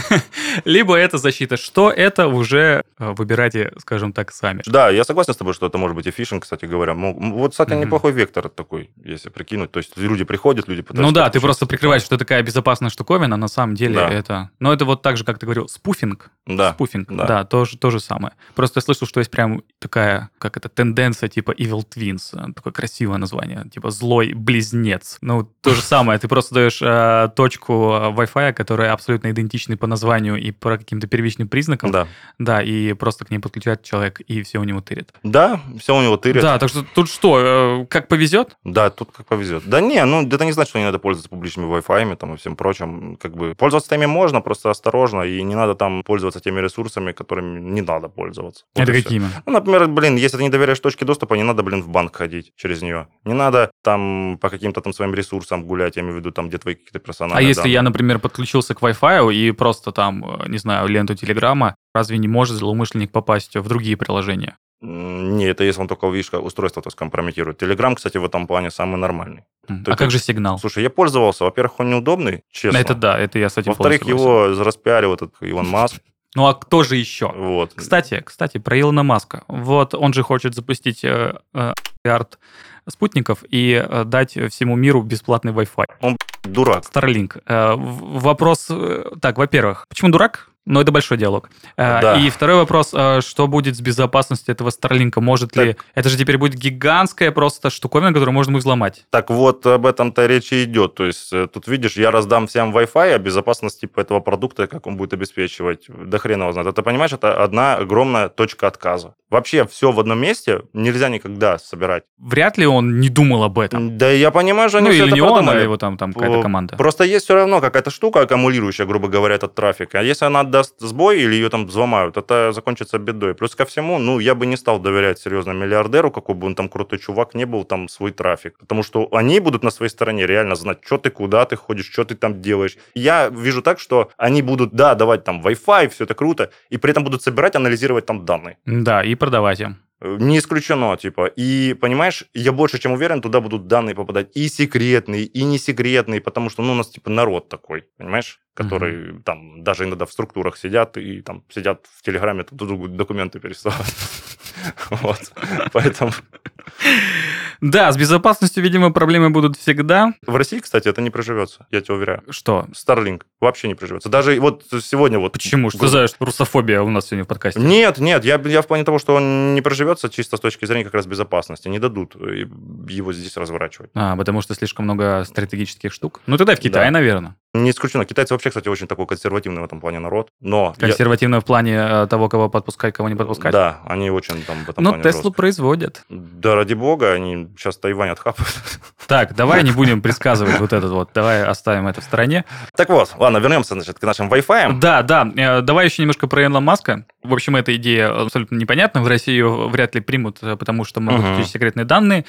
Speaker 1: либо это защита. Что это уже э, выбирайте, скажем так, сами.
Speaker 2: Да, я согласен с тобой, что это может быть и фишинг, кстати говоря. Мог- м, Вот, кстати,
Speaker 1: Мгм.
Speaker 2: неплохой вектор такой, если прикинуть. То есть люди приходят, люди пытаются...
Speaker 1: Ну да, ты
Speaker 2: подключиться.
Speaker 1: просто прикрываешь, что такая безопасная штуковина, на самом деле
Speaker 2: Да.
Speaker 1: это... Но это вот так же, как ты говорил, спуфинг.
Speaker 2: Да.
Speaker 1: Спуфинг, да,
Speaker 2: да.
Speaker 1: то, же, то же самое. Просто я слышал, что есть прям такая, как это, тенденция типа Evil Twins, э, такое красивое название, типа злой близнец. Ну, то же самое, ты просто даешь э, точку э, Wi-Fi, которая абсолютно идентичны по названию и по каким-то первичным признакам, да,
Speaker 2: Да.
Speaker 1: и просто к ней подключает человек, и все у него тырит.
Speaker 2: Да, все у него тырят. Да.
Speaker 1: Да, так что тут что, э, как повезет?
Speaker 2: тут как повезет. Да не, ну это не значит, что не надо пользоваться публичными Wi-Fi там и всем прочим. Как бы пользоваться теми можно, просто осторожно, и не надо там пользоваться теми ресурсами, которыми не надо пользоваться. Вот
Speaker 1: это
Speaker 2: и всё.
Speaker 1: какими?
Speaker 2: Ну, например, блин, если ты не доверяешь точке доступа, не надо, блин, в банк ходить через нее. Не надо там по каким-то там своим ресурсам гулять, я имею в виду там, где твои какие-то персонажи.
Speaker 1: А если я, например, подключился к Wi-Fi и просто там, э, не знаю, ленту Телеграма, разве не может злоумышленник попасть в другие приложения?
Speaker 2: М, Не, это если он только, видишь, как устройство то есть компрометирует. Телеграм, кстати, в этом плане самый нормальный.
Speaker 1: М,
Speaker 2: Ты-
Speaker 1: а как же сигнал?
Speaker 2: Слушай, я пользовался. Во-первых, он неудобный, честно.
Speaker 1: Это да, это я с этим
Speaker 2: Во-вторых,
Speaker 1: полностью согласен.
Speaker 2: его распиарил этот Илон Маск.
Speaker 1: Ну а кто же еще?
Speaker 2: Вот.
Speaker 1: Кстати, кстати, про Илона Маска. Вот он же хочет запустить э, э, миллиард спутников и э, дать всему миру бесплатный Wi-Fi.
Speaker 2: Дурак.
Speaker 1: Starlink. Э, в- Вопрос... э, Так, во-первых, почему дурак? Но это большой диалог. Э,
Speaker 2: Да.
Speaker 1: И второй вопрос, э, что будет с безопасностью этого Старлинка? Может ли... Это же теперь будет гигантская просто штуковина, которую можно будет взломать.
Speaker 2: Так вот, об этом-то речь и идет. То есть, э, тут видишь, я раздам всем Wi-Fi, а безопасность типа этого продукта, как он будет обеспечивать, до хрена его знает. Это, понимаешь, это одна огромная точка отказа. Вообще, все в одном месте нельзя никогда собирать.
Speaker 1: Вряд ли он не думал об этом.
Speaker 2: Да я понимаю, что они
Speaker 1: ну
Speaker 2: все
Speaker 1: или
Speaker 2: это
Speaker 1: не он, а
Speaker 2: продумали.
Speaker 1: его там, там какая-то
Speaker 2: Э,
Speaker 1: команда.
Speaker 2: Просто есть все равно какая-то штука аккумулирующая, грубо говоря, этот трафик. А если она даст сбой или ее там взломают, это закончится бедой. Плюс ко всему, ну, я бы не стал доверять серьезно миллиардеру, какой бы он там крутой чувак не был, там свой трафик. Потому что они будут на своей стороне реально знать, что ты, куда ты ходишь, что ты там делаешь. Я вижу так, что они будут, да, давать там Wi-Fi, все это круто, и при этом будут собирать, анализировать там данные.
Speaker 1: Да, и продавать им.
Speaker 2: Э, Не исключено, типа. И, понимаешь, я больше чем уверен, туда будут данные попадать и секретные, и не секретные, потому что, ну, у нас, типа, народ такой, понимаешь, который там даже иногда в структурах сидят и там сидят в Телеграме, тут друг другу документы пересылают. Вот. Поэтому
Speaker 1: Да, с безопасностью, видимо, проблемы будут всегда.
Speaker 2: в России, кстати, это не проживется, я тебя уверяю.
Speaker 1: Что?
Speaker 2: Starlink вообще не проживется. Даже вот сегодня вот...
Speaker 1: Почему? Что за русофобия у нас сегодня в подкасте?
Speaker 2: Нет, нет, я, я в плане того, что он не проживется чисто с точки зрения как раз безопасности. Не дадут э, его здесь разворачивать.
Speaker 1: А, потому что слишком много стратегических штук. Ну тогда в Китае,
Speaker 2: Да.
Speaker 1: наверное.
Speaker 2: Не исключено. Китайцы вообще, кстати, очень такой консервативный в этом плане народ. Но... я-
Speaker 1: Консервативно в плане э, того, кого подпускать, кого не подпускать. Ну,
Speaker 2: Да, они очень там в этом
Speaker 1: Но
Speaker 2: плане
Speaker 1: Теслу
Speaker 2: жёсткие.
Speaker 1: производят.
Speaker 2: Да ради бога, они сейчас Тайвань отхапают.
Speaker 1: Так, давай не будем предсказывать вот этот вот. Давай оставим это в стороне.
Speaker 2: Так вот, ладно, вернемся, значит, к нашим Wi-Fi.
Speaker 1: Да, да. э, Давай еще немножко про Илона Маска. В общем, эта идея абсолютно непонятна. В России ее вряд ли примут, э, потому что могут
Speaker 2: Мгм.
Speaker 1: утечь секретные данные.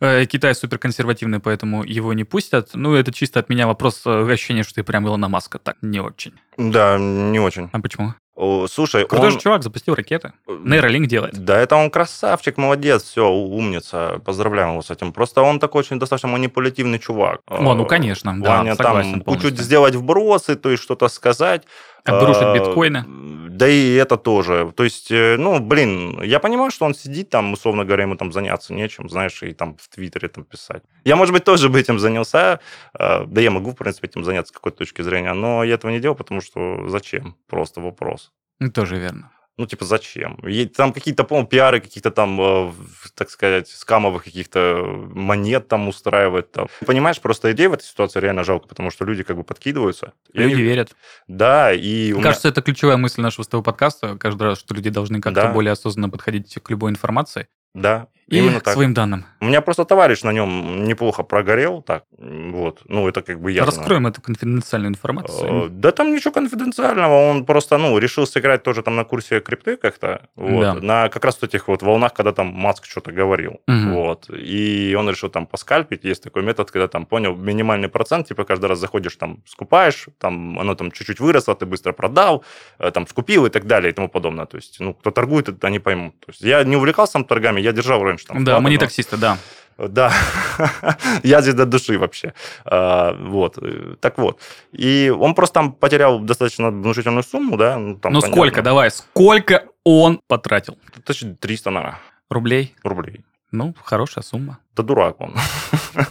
Speaker 1: Э, Китай суперконсервативный, поэтому его не пустят. Ну, это чисто от меня вопрос э, ощущение, что ты прям Илона Маска. Так, не очень.
Speaker 2: Да, не очень.
Speaker 1: А почему?
Speaker 2: О, Слушай,
Speaker 1: Крутой
Speaker 2: он- Э,
Speaker 1: же чувак, запустил ракеты. Нейролинк делает.
Speaker 2: Да, это он красавчик, молодец, все, умница, поздравляем его с этим. Просто он такой очень достаточно манипулятивный чувак. Э,
Speaker 1: О, ну, конечно,
Speaker 2: В
Speaker 1: да,
Speaker 2: плане
Speaker 1: согласен
Speaker 2: там кучу
Speaker 1: полностью.
Speaker 2: сделать вбросы, то есть что-то сказать.
Speaker 1: Обрушить
Speaker 2: Э,
Speaker 1: биткоины.
Speaker 2: Да и это тоже. То есть, э, ну, блин, я понимаю, что он сидит там, условно говоря, ему там заняться нечем, знаешь, и там в Твиттере там писать. Я, может быть, тоже бы этим занялся, э, да я могу, в принципе, этим заняться с какой-то точки зрения, но я этого не делал, потому что зачем? Просто вопрос.
Speaker 1: Ну, Тоже верно.
Speaker 2: Ну, типа, зачем? И Там какие-то, по-моему, пиары каких-то там, э, в- так сказать, скамовых каких-то монет там устраивает. Там. Понимаешь, просто идея в этой ситуации реально жалко, потому что люди как бы подкидываются. И
Speaker 1: Люди
Speaker 2: они-
Speaker 1: верят.
Speaker 2: Да, и... у меня-
Speaker 1: Кажется, это ключевая мысль нашего с тобой подкаста. Каждый раз, что люди должны как-то
Speaker 2: Да.
Speaker 1: более осознанно подходить к любой информации
Speaker 2: Да,
Speaker 1: и
Speaker 2: именно
Speaker 1: к
Speaker 2: так.
Speaker 1: своим данным.
Speaker 2: У меня просто товарищ на нем неплохо прогорел, так, м, вот. Ну, это как бы я знаю.
Speaker 1: Раскроем эту конфиденциальную
Speaker 2: Э,
Speaker 1: информацию.
Speaker 2: Да там ничего конфиденциального, он просто, ну, решил сыграть тоже там на курсе крипты как-то, вот,
Speaker 1: Да.
Speaker 2: на как раз вот этих вот волнах, когда там Маск что-то говорил,
Speaker 1: Мгм.
Speaker 2: вот, и он решил там поскальпить, есть такой метод, когда там, понял, минимальный процент, типа каждый раз заходишь там, скупаешь, там, оно там чуть-чуть выросло, ты быстро продал, э, там, скупил и так далее и тому подобное, то есть, ну, кто торгует, это они поймут, то есть, я не увлекался там торгами, я держал раньше там.
Speaker 1: Да,
Speaker 2: вклады,
Speaker 1: мы не
Speaker 2: но-
Speaker 1: таксисты, да.
Speaker 2: да, я здесь до души вообще. А, Вот, Э, так вот. И он просто там потерял достаточно внушительную сумму, да? Ну, там,
Speaker 1: Ну
Speaker 2: понятно.
Speaker 1: сколько, давай, сколько он потратил?
Speaker 2: 1300, наверное,
Speaker 1: Рублей?
Speaker 2: рублей.
Speaker 1: Ну, хорошая сумма.
Speaker 2: Да дурак он.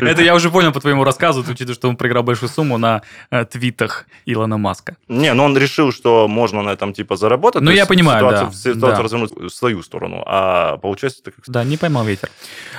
Speaker 2: Э.
Speaker 1: Это я уже понял по твоему рассказу, учитывая, что он проиграл большую сумму на э, твитах Илона Маска.
Speaker 2: Не, но он решил, что можно на этом типа заработать.
Speaker 1: Ну,
Speaker 2: то
Speaker 1: я
Speaker 2: есть
Speaker 1: понимаю,
Speaker 2: ситуацию-
Speaker 1: да,
Speaker 2: Ситуацию
Speaker 1: да.
Speaker 2: развернуть в свою сторону. А получается, это как...
Speaker 1: Да, не поймал ветер.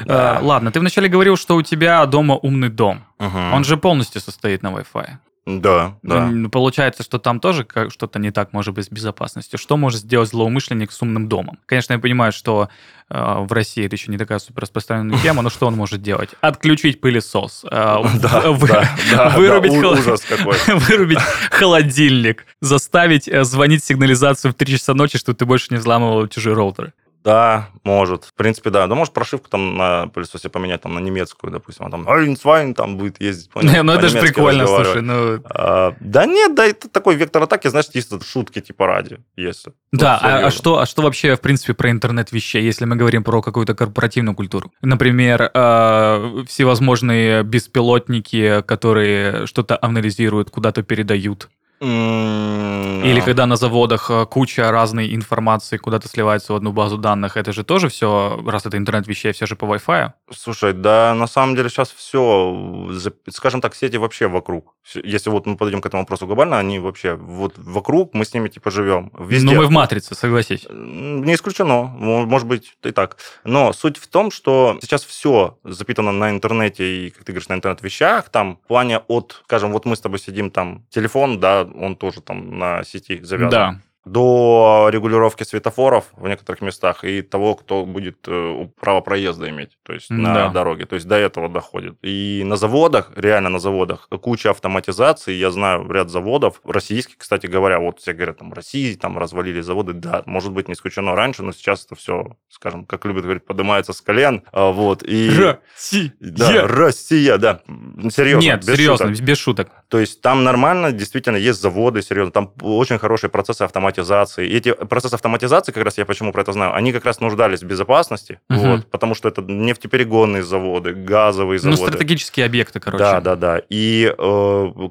Speaker 2: Да.
Speaker 1: Э, ладно, ты вначале говорил, что у тебя дома умный дом.
Speaker 2: Мгм.
Speaker 1: Он же полностью состоит на Wi-Fi.
Speaker 2: Да, да.
Speaker 1: М, ну, Получается, что там тоже как- что-то не так может быть с безопасностью. Что может сделать злоумышленник с умным домом? Конечно, я понимаю, что э, в России это еще не такая супер распространенная тема, но что он может делать? Отключить пылесос, э,
Speaker 2: Да,
Speaker 1: вы-
Speaker 2: да, да,
Speaker 1: вырубить
Speaker 2: да, у-
Speaker 1: холо-
Speaker 2: Ужас какой.
Speaker 1: вырубить холодильник, заставить э, звонить сигнализацию в 3 часа ночи, чтобы ты больше не взламывал чужие роутеры.
Speaker 2: Да, может. В принципе, да. Ну, может, прошивку там на пылесосе поменять там на немецкую, допустим. А там «Айнсвайн» там будет ездить. понял,
Speaker 1: Не, Ну, это же
Speaker 2: по-немецки
Speaker 1: прикольно,
Speaker 2: разговаривать.
Speaker 1: слушай. ну,
Speaker 2: А, да нет, да, это такой вектор атаки, знаешь, чисто шутки типа ради, если. Ну,
Speaker 1: Да, а- а,
Speaker 2: серьезно.
Speaker 1: что, а что вообще, в принципе, про интернет вещей, если мы говорим про какую-то корпоративную культуру? Например, э, всевозможные беспилотники, которые что-то анализируют, куда-то передают.
Speaker 2: М,
Speaker 1: Или
Speaker 2: а.
Speaker 1: когда на заводах э, куча разной информации куда-то сливается в одну базу данных, это же тоже все, раз это интернет вещей, все же по Wi-Fi.
Speaker 2: Слушай, да, на самом деле сейчас все, скажем так, сети вообще вокруг. С- Если вот мы подойдем к этому вопросу глобально, они вообще вот вокруг, мы с ними типа живем. Везде.
Speaker 1: Ну, мы в матрице, согласись.
Speaker 2: М, Не исключено, Мо- может быть, и так. Но суть в том, что сейчас все запитано на интернете и, как ты говоришь, на интернет-вещах, там, в плане от, скажем, вот мы с тобой сидим, там, телефон, да, он тоже там на сети завязан.
Speaker 1: Да.
Speaker 2: До регулировки светофоров в некоторых местах и того, кто будет э, право проезда иметь, то есть на
Speaker 1: Да.
Speaker 2: дороге. То есть до этого доходит. И на заводах, реально на заводах, куча автоматизации. Я знаю ряд заводов, российских, кстати говоря, вот все говорят, там, в России там развалили заводы. Да, может быть, не исключено раньше, но сейчас это все, скажем, как любят говорить, поднимается с колен. а, Вот, и... Да, Россия, да. Серьезно.
Speaker 1: Нет,
Speaker 2: без
Speaker 1: серьезно,
Speaker 2: шуток.
Speaker 1: без шуток.
Speaker 2: То есть там нормально, действительно, есть заводы, серьезно, там очень хорошие процессы автоматизации. И эти процессы автоматизации, как раз я почему про это знаю, они как раз нуждались в безопасности,
Speaker 1: Мгм.
Speaker 2: вот, потому что это нефтеперегонные заводы, газовые
Speaker 1: Ну,
Speaker 2: заводы.
Speaker 1: стратегические объекты, короче.
Speaker 2: Да, да, да. И э,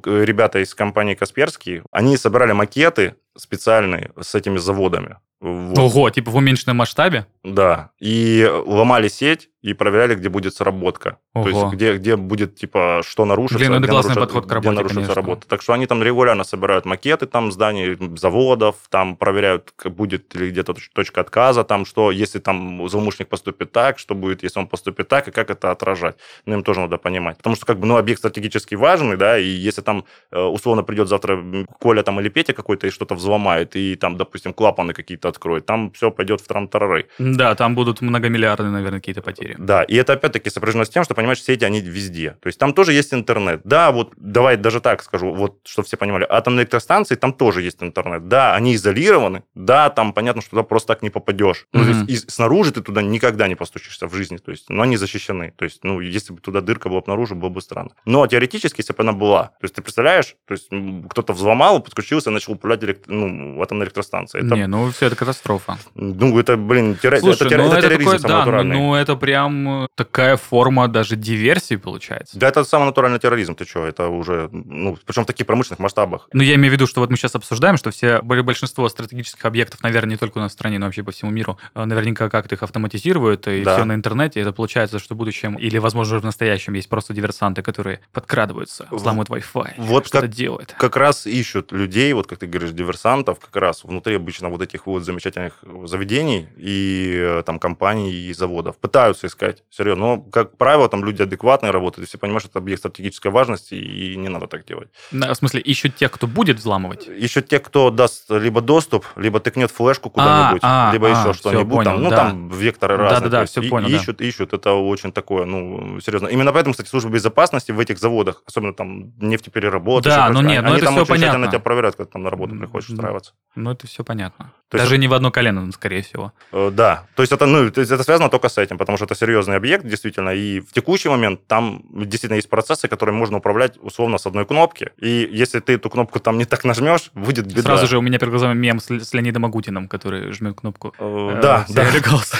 Speaker 2: к- ребята из компании Касперский, они собрали макеты специальные с этими заводами. Вот.
Speaker 1: Ого, типа в уменьшенном масштабе?
Speaker 2: Да. И ломали сеть и проверяли, где будет сработка. То
Speaker 1: Ого.
Speaker 2: есть, где, где будет, типа, что нарушится.
Speaker 1: Блин, ну это
Speaker 2: где
Speaker 1: классный
Speaker 2: нарушится-
Speaker 1: подход к работе,
Speaker 2: Где нарушится
Speaker 1: конечно.
Speaker 2: работа. Так что они там регулярно собирают макеты там зданий, заводов, там проверяют, к- будет ли где-то точ- точка отказа, там что, если там злоумышленник поступит так, что будет, если он поступит так, и как это отражать. Ну, им тоже надо понимать. Потому что, как бы, ну, объект стратегически важный, да, и если там э, условно придет завтра м, Коля там или Петя какой-то и что-то взломает, и там, допустим, клапаны какие-то откроет, там все пойдет в трам-тарары.
Speaker 1: Да, там будут многомиллиардные, наверное, какие-то потери.
Speaker 2: Да, и это опять-таки сопряжено с тем, что, понимаешь, сети, они везде. То есть там тоже есть интернет. Да, вот давай даже так скажу, вот, чтобы все понимали, атомные электростанции, там тоже есть интернет. Да, они изолированы, да, там понятно, что туда просто так не попадешь. Ну, то
Speaker 1: Мгм.
Speaker 2: есть и снаружи ты туда никогда не постучишься в жизни, то есть, но они защищены. То есть, ну, если бы туда дырка была бы наружу, было бы странно. Но теоретически, если бы она была, то есть ты представляешь, то есть м, кто-то взломал, подключился, начал управлять элект- ну, атомной электростанцией. Это
Speaker 1: Не, ну все это,
Speaker 4: катастрофа.
Speaker 2: Ну, это, блин, террор- это, террор-
Speaker 1: ну,
Speaker 2: это
Speaker 1: это
Speaker 2: терроризм
Speaker 1: такое- да,
Speaker 2: самонатуральный.
Speaker 1: ну это прям э, такая форма даже диверсии получается.
Speaker 2: Да это самонатуральный терроризм, ты что, это уже, ну, причем в таких промышленных масштабах.
Speaker 1: Но Ну, я имею в виду, что вот мы сейчас обсуждаем, что все более- большинство стратегических объектов, наверное, не только у нас в стране, но вообще по всему миру, э, наверняка как-то их автоматизируют, и
Speaker 2: Да.
Speaker 1: все на интернете. Это получается, что в будущем или, возможно, уже в настоящем есть просто диверсанты, которые подкрадываются, взламывают Wi-Fi,
Speaker 2: Вот
Speaker 1: что-то
Speaker 2: как-
Speaker 1: делают.
Speaker 2: Как раз ищут людей, вот как ты говоришь, диверсантов, как раз внутри обычно вот этих вот замечательных заведений и э, там компаний и заводов. Пытаются искать, серьезно. Но, как правило, там люди адекватные работают, и все понимают, что это объект стратегической важности, и не надо так делать.
Speaker 1: На- В смысле, ищут тех, кто будет взламывать.
Speaker 2: Еще те, кто даст либо доступ, либо тыкнет флешку куда-нибудь,
Speaker 1: а,
Speaker 2: либо
Speaker 1: а,
Speaker 2: еще
Speaker 1: всё,
Speaker 2: что-нибудь.
Speaker 1: понял,
Speaker 2: там, ну,
Speaker 1: да.
Speaker 2: там векторы
Speaker 1: Да,
Speaker 2: разные.
Speaker 1: да, да,
Speaker 2: то есть
Speaker 1: всё
Speaker 2: и-
Speaker 1: понял, да.
Speaker 2: Ищут, ищут. Это очень такое, ну, серьезно. Именно поэтому, кстати, служба безопасности в этих заводах, особенно там нефтепереработка,
Speaker 1: Да,
Speaker 2: всё
Speaker 1: ну
Speaker 2: прочее,
Speaker 1: нет, ну
Speaker 2: они
Speaker 1: это
Speaker 2: там
Speaker 1: всё
Speaker 2: очень тщательно
Speaker 1: понятно.
Speaker 2: тебя проверяют, когда ты там на работу
Speaker 1: М,
Speaker 2: приходишь
Speaker 1: да.
Speaker 2: устраиваться.
Speaker 1: Ну, это все понятно.
Speaker 2: То есть
Speaker 1: Даже не в одно колено, скорее всего.
Speaker 2: Э, Да, то есть это, ну, то есть это связано только с этим, потому что это серьезный объект, действительно, и в текущий момент там действительно есть процессы, которые можно управлять условно с одной кнопки, и если ты эту кнопку там не так нажмешь, будет беда.
Speaker 1: Сразу же у меня перед глазами мем с, Л- с Леонидом Агутиным, который жмет кнопку.
Speaker 2: Э, Да,
Speaker 1: Э,
Speaker 2: да.
Speaker 1: «Серый голос».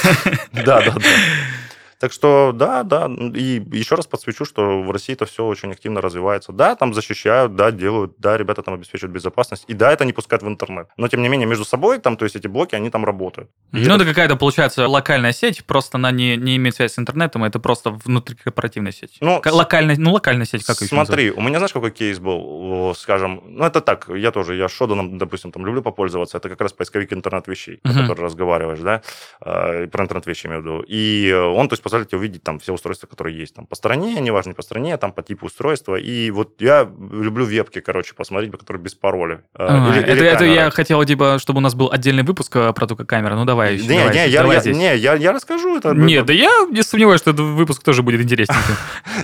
Speaker 2: Да, да, да. Так что, да, да, и еще раз подсвечу, что в России это все очень активно развивается. Да, там защищают, да, делают, да, ребята там обеспечивают безопасность, и да, это не пускают в интернет. Но, тем не менее, между собой там, то есть эти блоки, они там работают. И
Speaker 1: Ну,
Speaker 2: это-
Speaker 1: это какая-то, получается, локальная сеть, просто она не, не имеет связи с интернетом, это просто внутрикорпоративная сеть.
Speaker 2: Ну,
Speaker 1: Ка- локальная, ну, локальная сеть, как ее еще называют?
Speaker 2: Смотри, у меня, знаешь, какой кейс был, О, скажем, ну, это так, я тоже, я Шоданом, допустим, там люблю попользоваться, это как раз поисковик интернет-вещей, о
Speaker 1: Мгм.
Speaker 2: котором разговариваешь, да, э, и про интернет-вещи имею в виду. И э, он, то есть, позволяет тебе увидеть там все устройства, которые есть там по стране, неважно, не по стране, там по типу устройства. И вот я люблю вебки, короче, посмотреть, которые без пароля. Э,
Speaker 1: А,
Speaker 2: или-
Speaker 1: это,
Speaker 2: или
Speaker 1: это я
Speaker 2: камеры.
Speaker 1: хотел, типа, чтобы у нас был отдельный выпуск э, про то, как камера. Ну, давай еще.
Speaker 2: Не,
Speaker 1: давай,
Speaker 2: не,
Speaker 1: здесь,
Speaker 2: я-
Speaker 1: давай
Speaker 2: я-
Speaker 1: здесь.
Speaker 2: не, я- я расскажу это.
Speaker 1: Не, да я не сомневаюсь, что этот выпуск тоже будет интересненьким.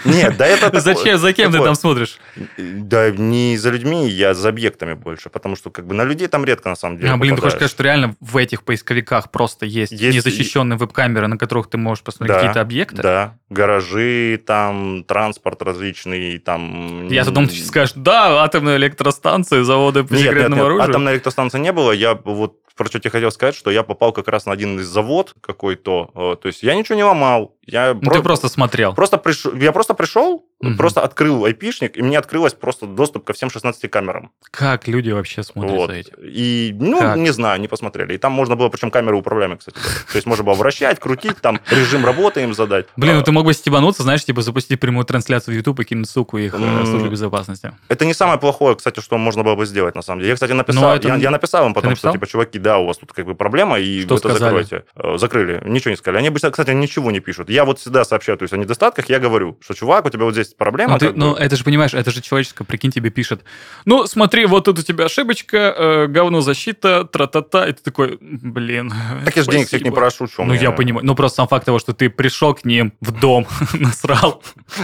Speaker 2: Нет, да это... такое-
Speaker 1: Зачем, за кем ты
Speaker 2: такое.
Speaker 1: там смотришь?
Speaker 2: Да не за людьми, я за объектами больше, потому что как бы на людей там редко на самом деле
Speaker 1: А, блин, ты хочешь сказать,
Speaker 2: попадаешь.
Speaker 1: что реально в этих поисковиках просто есть,
Speaker 2: Есть-
Speaker 1: незащищенные веб-камеры, на которых ты можешь посмотреть какие-то
Speaker 2: Да,
Speaker 1: объекты?
Speaker 2: Да, гаражи, там, транспорт различный, там...
Speaker 1: Я думал, ты сейчас скажешь, да, атомные электростанции, заводы по
Speaker 2: Нет, нет,
Speaker 1: секретному
Speaker 2: нет,
Speaker 1: оружию.
Speaker 2: атомной электростанции не было. Я вот про что тебе хотел сказать, что я попал как раз на один из завод какой-то. э, То есть я ничего не ломал. Я
Speaker 1: Ну,
Speaker 2: про-
Speaker 1: ты просто смотрел.
Speaker 2: Просто приш- Я просто пришел,
Speaker 1: Мгм.
Speaker 2: просто открыл айпишник, и мне открылось просто доступ ко всем 16 камерам.
Speaker 1: Как люди вообще смотрят
Speaker 2: Вот.
Speaker 1: за этим?
Speaker 2: И, ну,
Speaker 1: Как?
Speaker 2: не знаю, не посмотрели. И там можно было, причем камеры управляемые, кстати. были. То есть можно было вращать, крутить, там режим работы им задать.
Speaker 1: Блин,
Speaker 2: А,
Speaker 1: ну ты мог бы стебануться, знаешь, типа запустить прямую трансляцию в YouTube и кинуть ссылку их э,
Speaker 2: М.
Speaker 1: службе безопасности.
Speaker 2: Это не самое плохое, кстати, что можно было бы сделать, на самом деле. Я, кстати, написал,
Speaker 1: Но это-
Speaker 2: я, я написал им потом,
Speaker 1: написал?
Speaker 2: что, типа, чуваки, да, у вас тут как бы проблема, и
Speaker 1: Что
Speaker 2: вы это
Speaker 1: сказали?
Speaker 2: закройте. Э, Закрыли, ничего не сказали. Они обычно, кстати, ничего не пишут. Я вот всегда сообщаю, то есть о недостатках, я говорю, что, чувак, у тебя вот здесь проблема.
Speaker 1: Ну, ты-
Speaker 2: как бы.
Speaker 1: ну, это же, понимаешь, это же человеческое, прикинь, тебе пишет. Ну, смотри, вот тут у тебя ошибочка, э, говно защита, тра-та-та, и ты такой, блин,
Speaker 2: Так я же денег всех не
Speaker 1: спасибо.
Speaker 2: прошу, что
Speaker 1: Ну, я понимаю. Ну, просто сам факт того, что ты пришел к ним в дом, насрал.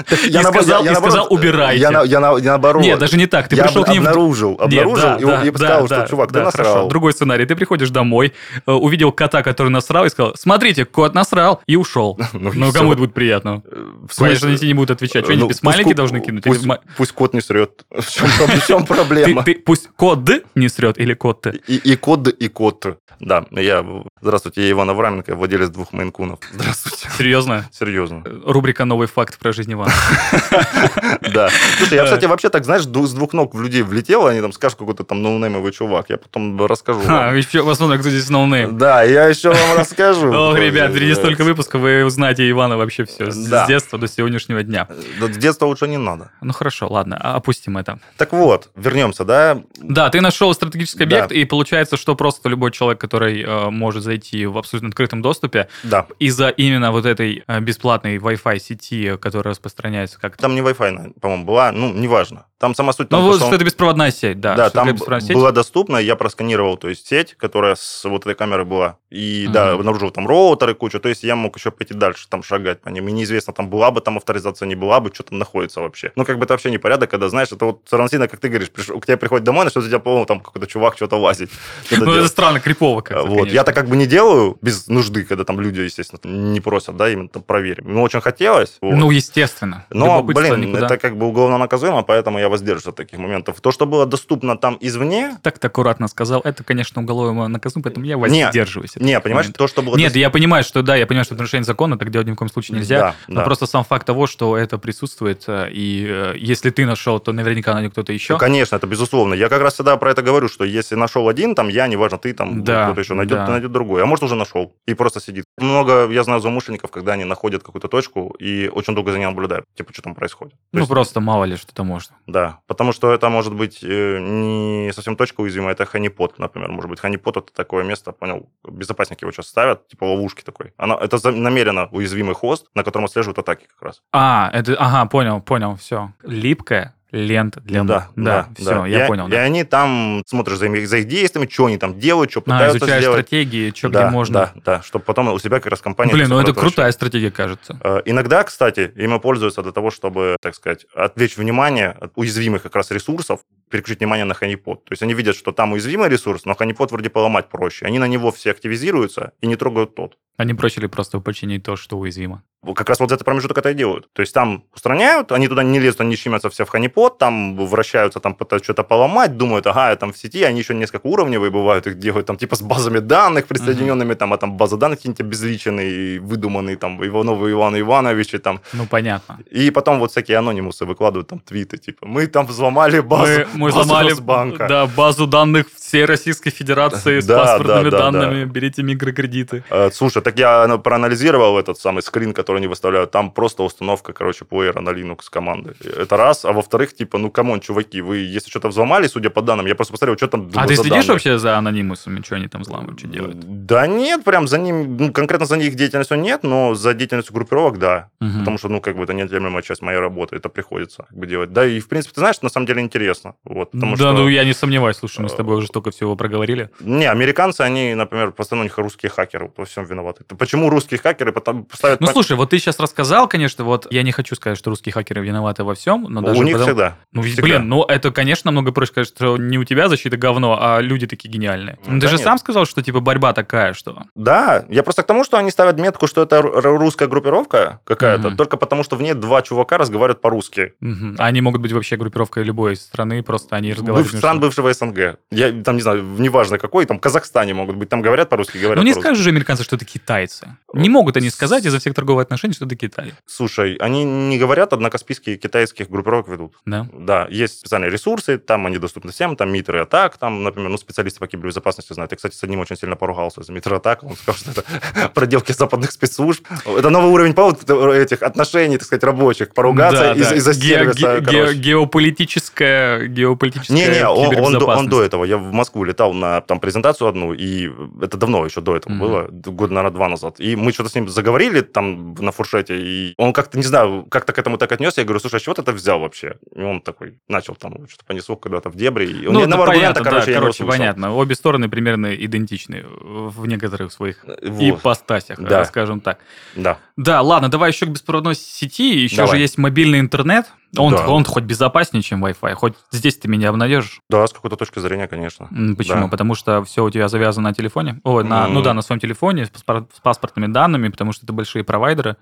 Speaker 1: и сказал, и сказал, убирайте.
Speaker 2: Я, на- я на- я наоборот.
Speaker 1: Нет, даже не так. Ты
Speaker 2: я
Speaker 1: пришел к
Speaker 2: об-
Speaker 1: ним... в-
Speaker 2: обнаружил, обнаружил,
Speaker 1: Нет,
Speaker 2: и,
Speaker 1: да, да,
Speaker 2: и
Speaker 1: да,
Speaker 2: сказал, что,
Speaker 1: да,
Speaker 2: чувак,
Speaker 1: да,
Speaker 2: ты
Speaker 1: хорошо.
Speaker 2: насрал.
Speaker 1: Другой сценарий. Ты приходишь домой, э, увидел кота, который насрал, и сказал, смотрите, кот насрал, и ушел.
Speaker 2: Ну, и
Speaker 1: Ну,
Speaker 2: всё.
Speaker 1: кому это будет приятно?
Speaker 2: Э, в
Speaker 1: Конечно,
Speaker 2: смысле?
Speaker 1: они тебе не будут отвечать. Что
Speaker 2: Ну,
Speaker 1: они тебе
Speaker 2: пусть
Speaker 1: смайлики
Speaker 2: ку-
Speaker 1: должны кинуть? Или
Speaker 2: Пусть,
Speaker 1: ма-
Speaker 2: пусть кот не срет. В чем, в чем
Speaker 1: Ты-
Speaker 2: проблема?
Speaker 1: ты- Пусть кот «д» не срет или кот «т».
Speaker 2: И, и код, и код. Да, я... Здравствуйте, я Иван Авраменко, владелец двух мейнкунов. Здравствуйте.
Speaker 1: Серьезно?
Speaker 2: Серьезно.
Speaker 1: Э, Рубрика «Новый факт про жизнь Ивана».
Speaker 2: Да. Слушай, я, кстати, вообще так, знаешь, ду- с двух ног в людей влетел, они там скажут, какой-то там ноунеймовый чувак. Я потом расскажу.
Speaker 1: Ха,
Speaker 2: вам.
Speaker 1: еще посмотрим, кто здесь ноунейм.
Speaker 2: Да, я еще вам расскажу.
Speaker 1: Ох, ребят, впереди
Speaker 2: впереди
Speaker 1: столько выпусков, вы узнаете Ивана вообще все с
Speaker 2: Да.
Speaker 1: детства до сегодняшнего дня.
Speaker 2: С детства лучше не надо.
Speaker 1: Ну хорошо, ладно, а- опустим это.
Speaker 2: Так вот, вернемся, да?
Speaker 1: Да, ты нашел стратегический
Speaker 2: Да.
Speaker 1: объект, и получается, что просто любой человек, который э, может зайти в абсолютно открытом доступе,
Speaker 2: Да.
Speaker 1: из-за именно вот этой э, бесплатной Wi-Fi сети, э, которая распространяется как-то.
Speaker 2: Там не Wi-Fi, наверное, по-моему, была, ну, неважно. Там сама суть... в том,
Speaker 1: Ну, вот
Speaker 2: что
Speaker 1: что
Speaker 2: он-
Speaker 1: это беспроводная сеть, да.
Speaker 2: Да,
Speaker 1: что такое
Speaker 2: там
Speaker 1: беспроводная сеть.
Speaker 2: была доступна, я просканировал, то есть сеть, которая с вот этой камеры была, и да,
Speaker 1: Мгм.
Speaker 2: обнаружил там роутеры кучу, то есть я мог еще пойти дальше, там шагать по ним, и неизвестно, там была бы там авторизация, не была бы, что там находится вообще. Ну, как бы это вообще непорядок, когда, знаешь, это вот сравнительно, как ты говоришь, приш- к тебе приходит домой, на что-то тебя, по-моему, там какой-то чувак что-то лазит. что-то
Speaker 1: Ну, это
Speaker 2: делает.
Speaker 1: странно, крипово как-то,
Speaker 2: Вот,
Speaker 1: конечно.
Speaker 2: я-то как бы не делаю без нужды, когда там люди, естественно, не просят, да, именно там проверим. Ну, очень хотелось. вот.
Speaker 1: Ну, естественно.
Speaker 2: Но,
Speaker 1: Любопытство
Speaker 2: блин,
Speaker 1: никуда.
Speaker 2: это как бы уголовно наказуемо, поэтому я воздержусь от таких моментов. То, что было доступно там извне,
Speaker 1: Так аккуратно сказал, это, конечно, уголовно система наказуема, поэтому я
Speaker 2: Не.
Speaker 1: воздерживаюсь. от
Speaker 2: Не,
Speaker 1: этого
Speaker 2: понимаешь,
Speaker 1: момента.
Speaker 2: то, что было...
Speaker 1: Нет, я понимаю, что да, я понимаю, что это нарушение закона, так делать ни в коем случае нельзя.
Speaker 2: Да,
Speaker 1: Но
Speaker 2: да.
Speaker 1: просто сам факт того, что это присутствует, э, и э, если ты нашел, то наверняка найдет кто-то еще.
Speaker 2: Ну, конечно, это безусловно. Я как раз всегда про это говорю, что если нашел один, там я, неважно, ты там,
Speaker 1: Да,
Speaker 2: кто-то еще найдет,
Speaker 1: да.
Speaker 2: ты найдет другой. А может, уже нашел и просто сидит. Много, я знаю, замышленников, когда они находят какую-то точку и очень долго за ней наблюдают, типа, что там происходит. То
Speaker 1: ну,
Speaker 2: есть,
Speaker 1: просто мало ли что-то можно.
Speaker 2: Да, потому что это может быть э, не совсем точка уязвимая, это ханипот, например. Может быть, ханипот это такое место, понял, безопасники его сейчас ставят, типа ловушки такой. Она, это за- намеренно уязвимый хост, на котором отслеживают атаки как раз.
Speaker 1: А, это, ага, понял, понял, все. Липкая лента для
Speaker 2: Ну да,
Speaker 1: ног. Да, все,
Speaker 2: да.
Speaker 1: я
Speaker 2: и,
Speaker 1: понял.
Speaker 2: И
Speaker 1: да.
Speaker 2: они там смотришь за, им- за их действиями, что они там делают, что
Speaker 1: А,
Speaker 2: пытаются
Speaker 1: изучаешь
Speaker 2: сделать.
Speaker 1: стратегии, что
Speaker 2: да,
Speaker 1: где можно.
Speaker 2: Да, да, чтобы потом у себя как раз компания...
Speaker 1: Блин,
Speaker 2: всё
Speaker 1: ну это
Speaker 2: протащила.
Speaker 1: крутая стратегия, кажется.
Speaker 2: Э, Иногда, кстати, ими пользуются для того, чтобы, так сказать, отвлечь внимание от уязвимых как раз ресурсов, переключить внимание на ханипот. То есть они видят, что там уязвимый ресурс, но ханипот вроде поломать проще. Они на него все активизируются и не трогают тот.
Speaker 1: Они просили просто починить то, что уязвимо.
Speaker 2: Вот Как раз вот за этот промежуток это и делают. То есть там устраняют, они туда не лезут, они щемятся все в ханипот, там вращаются, там пытаются что-то поломать, думают, ага, там в сети, они еще несколько уровневые бывают, их делают там типа с базами данных присоединенными, там, а там база данных какие-нибудь обезличенные, выдуманные, там, Ивановы Ивана Ивановичи, там,
Speaker 1: Ну, понятно.
Speaker 2: И потом вот всякие анонимусы выкладывают там твиты, типа, мы там взломали базу,
Speaker 1: Мы, мы
Speaker 2: базу
Speaker 1: взломали
Speaker 2: Росбанка.
Speaker 1: да, базу данных всей Российской Федерации с
Speaker 2: Да,
Speaker 1: паспортными
Speaker 2: да, да,
Speaker 1: данными. Берите микрокредиты.
Speaker 2: Э, Слушай, так я ну, проанализировал этот самый скрин, который они выставляют. Там просто установка, короче, плеера на Linux команды. Это раз. А во-вторых, типа, ну, камон, чуваки, вы если что-то взломали, судя по данным, я просто посмотрел, что там было
Speaker 1: а ты
Speaker 2: за
Speaker 1: следишь
Speaker 2: данные.
Speaker 1: вообще за анонимусами, что они там взламывают, что делают?
Speaker 2: Да нет, прям за ним, ну, конкретно за их деятельностью нет, но за деятельностью группировок, да.
Speaker 1: Мгм.
Speaker 2: Потому что, ну, как бы это неотъемлемая часть моей работы, это приходится как бы делать. Да, и, в принципе, ты знаешь, на самом деле интересно. Вот,
Speaker 1: да,
Speaker 2: потому что...
Speaker 1: ну я не сомневаюсь, слушай, мы с тобой уже столько всего проговорили.
Speaker 2: Не, американцы, они, например, постоянно у них русские хакеры во всем виноваты. Да Почему русские хакеры потом ставят...
Speaker 1: Ну
Speaker 2: пак-
Speaker 1: слушай, вот ты сейчас рассказал, конечно, вот я не хочу сказать, что русские хакеры виноваты во всем, но ну, даже
Speaker 2: у них
Speaker 1: потом-
Speaker 2: всегда.
Speaker 1: Ну, ведь,
Speaker 2: Всегда.
Speaker 1: блин, ну это, конечно, намного проще сказать, что не у тебя защита говно, а люди такие гениальные.
Speaker 2: Ну,
Speaker 1: Ну, ты
Speaker 2: да
Speaker 1: же
Speaker 2: нет.
Speaker 1: сам сказал, что типа борьба такая, что...
Speaker 2: Да, я просто к тому, что они ставят метку, что это ру- русская группировка какая-то,
Speaker 1: Мгм.
Speaker 2: только потому, что в ней два чувака разговаривают по-русски.
Speaker 1: Мгм. А Они могут быть вообще группировкой любой страны, просто они разговаривают.
Speaker 2: Быв-
Speaker 1: между
Speaker 2: стран
Speaker 1: собой.
Speaker 2: бывшего СНГ. Я там не знаю, неважно какой, там в Казахстане могут быть, там говорят по-русски, говорят
Speaker 1: Ну не
Speaker 2: по-русски.
Speaker 1: скажешь же американцы, что это китайцы. Не могут они сказать из-за всех торговых отношений, что это Китай.
Speaker 2: Слушай, они не говорят, однако списки китайских группировок ведут.
Speaker 1: Да?
Speaker 2: Да, есть специальные ресурсы, там они доступны всем, там Митр и Атак, там, например, ну, специалисты по кибербезопасности знают. Я, кстати, с одним очень сильно поругался за Митр Атак, он сказал, что это проделки западных спецслужб. Это новый уровень повод этих отношений, так сказать, рабочих, поругаться
Speaker 1: Да,
Speaker 2: из-
Speaker 1: да.
Speaker 2: из-за
Speaker 1: Ге-
Speaker 2: сервиса,
Speaker 1: ге-
Speaker 2: короче.
Speaker 1: ге- Геополитическая, геополитическая
Speaker 2: Не-не, он, он до, он
Speaker 1: кибербезопасность.
Speaker 2: до этого. Я в Москву летал на там, презентацию одну, и это давно еще до этого
Speaker 1: Мгм.
Speaker 2: было, года, наверное, два назад. И мы что-то с ним заговорили там на фуршете, и он как-то, не знаю, как-то к этому так отнес. Я говорю, слушай, а с чего ты это взял вообще? И он такой начал там что-то понесло куда-то в дебри. И
Speaker 1: Ну,
Speaker 2: ни
Speaker 1: это
Speaker 2: одного аргумента,
Speaker 1: понятно, да,
Speaker 2: короче, я не
Speaker 1: короче,
Speaker 2: услышал.
Speaker 1: понятно. Обе стороны примерно идентичны в некоторых своих
Speaker 2: Вот,
Speaker 1: ипостасях,
Speaker 2: Да.
Speaker 1: скажем так.
Speaker 2: Да.
Speaker 1: Да, ладно, давай еще к беспроводной сети. Еще
Speaker 2: Давай.
Speaker 1: же есть мобильный интернет. Он,
Speaker 2: Да.
Speaker 1: он хоть безопаснее, чем Wi-Fi. Хоть здесь ты меня обнадежишь.
Speaker 2: Да, с какой-то точки зрения, конечно.
Speaker 1: М, Почему?
Speaker 2: Да.
Speaker 1: Потому что все у тебя завязано на телефоне. О, на,
Speaker 2: М.
Speaker 1: ну да, на своем телефоне, с, паспор- с паспортными данными, потому что это большие провайдеры,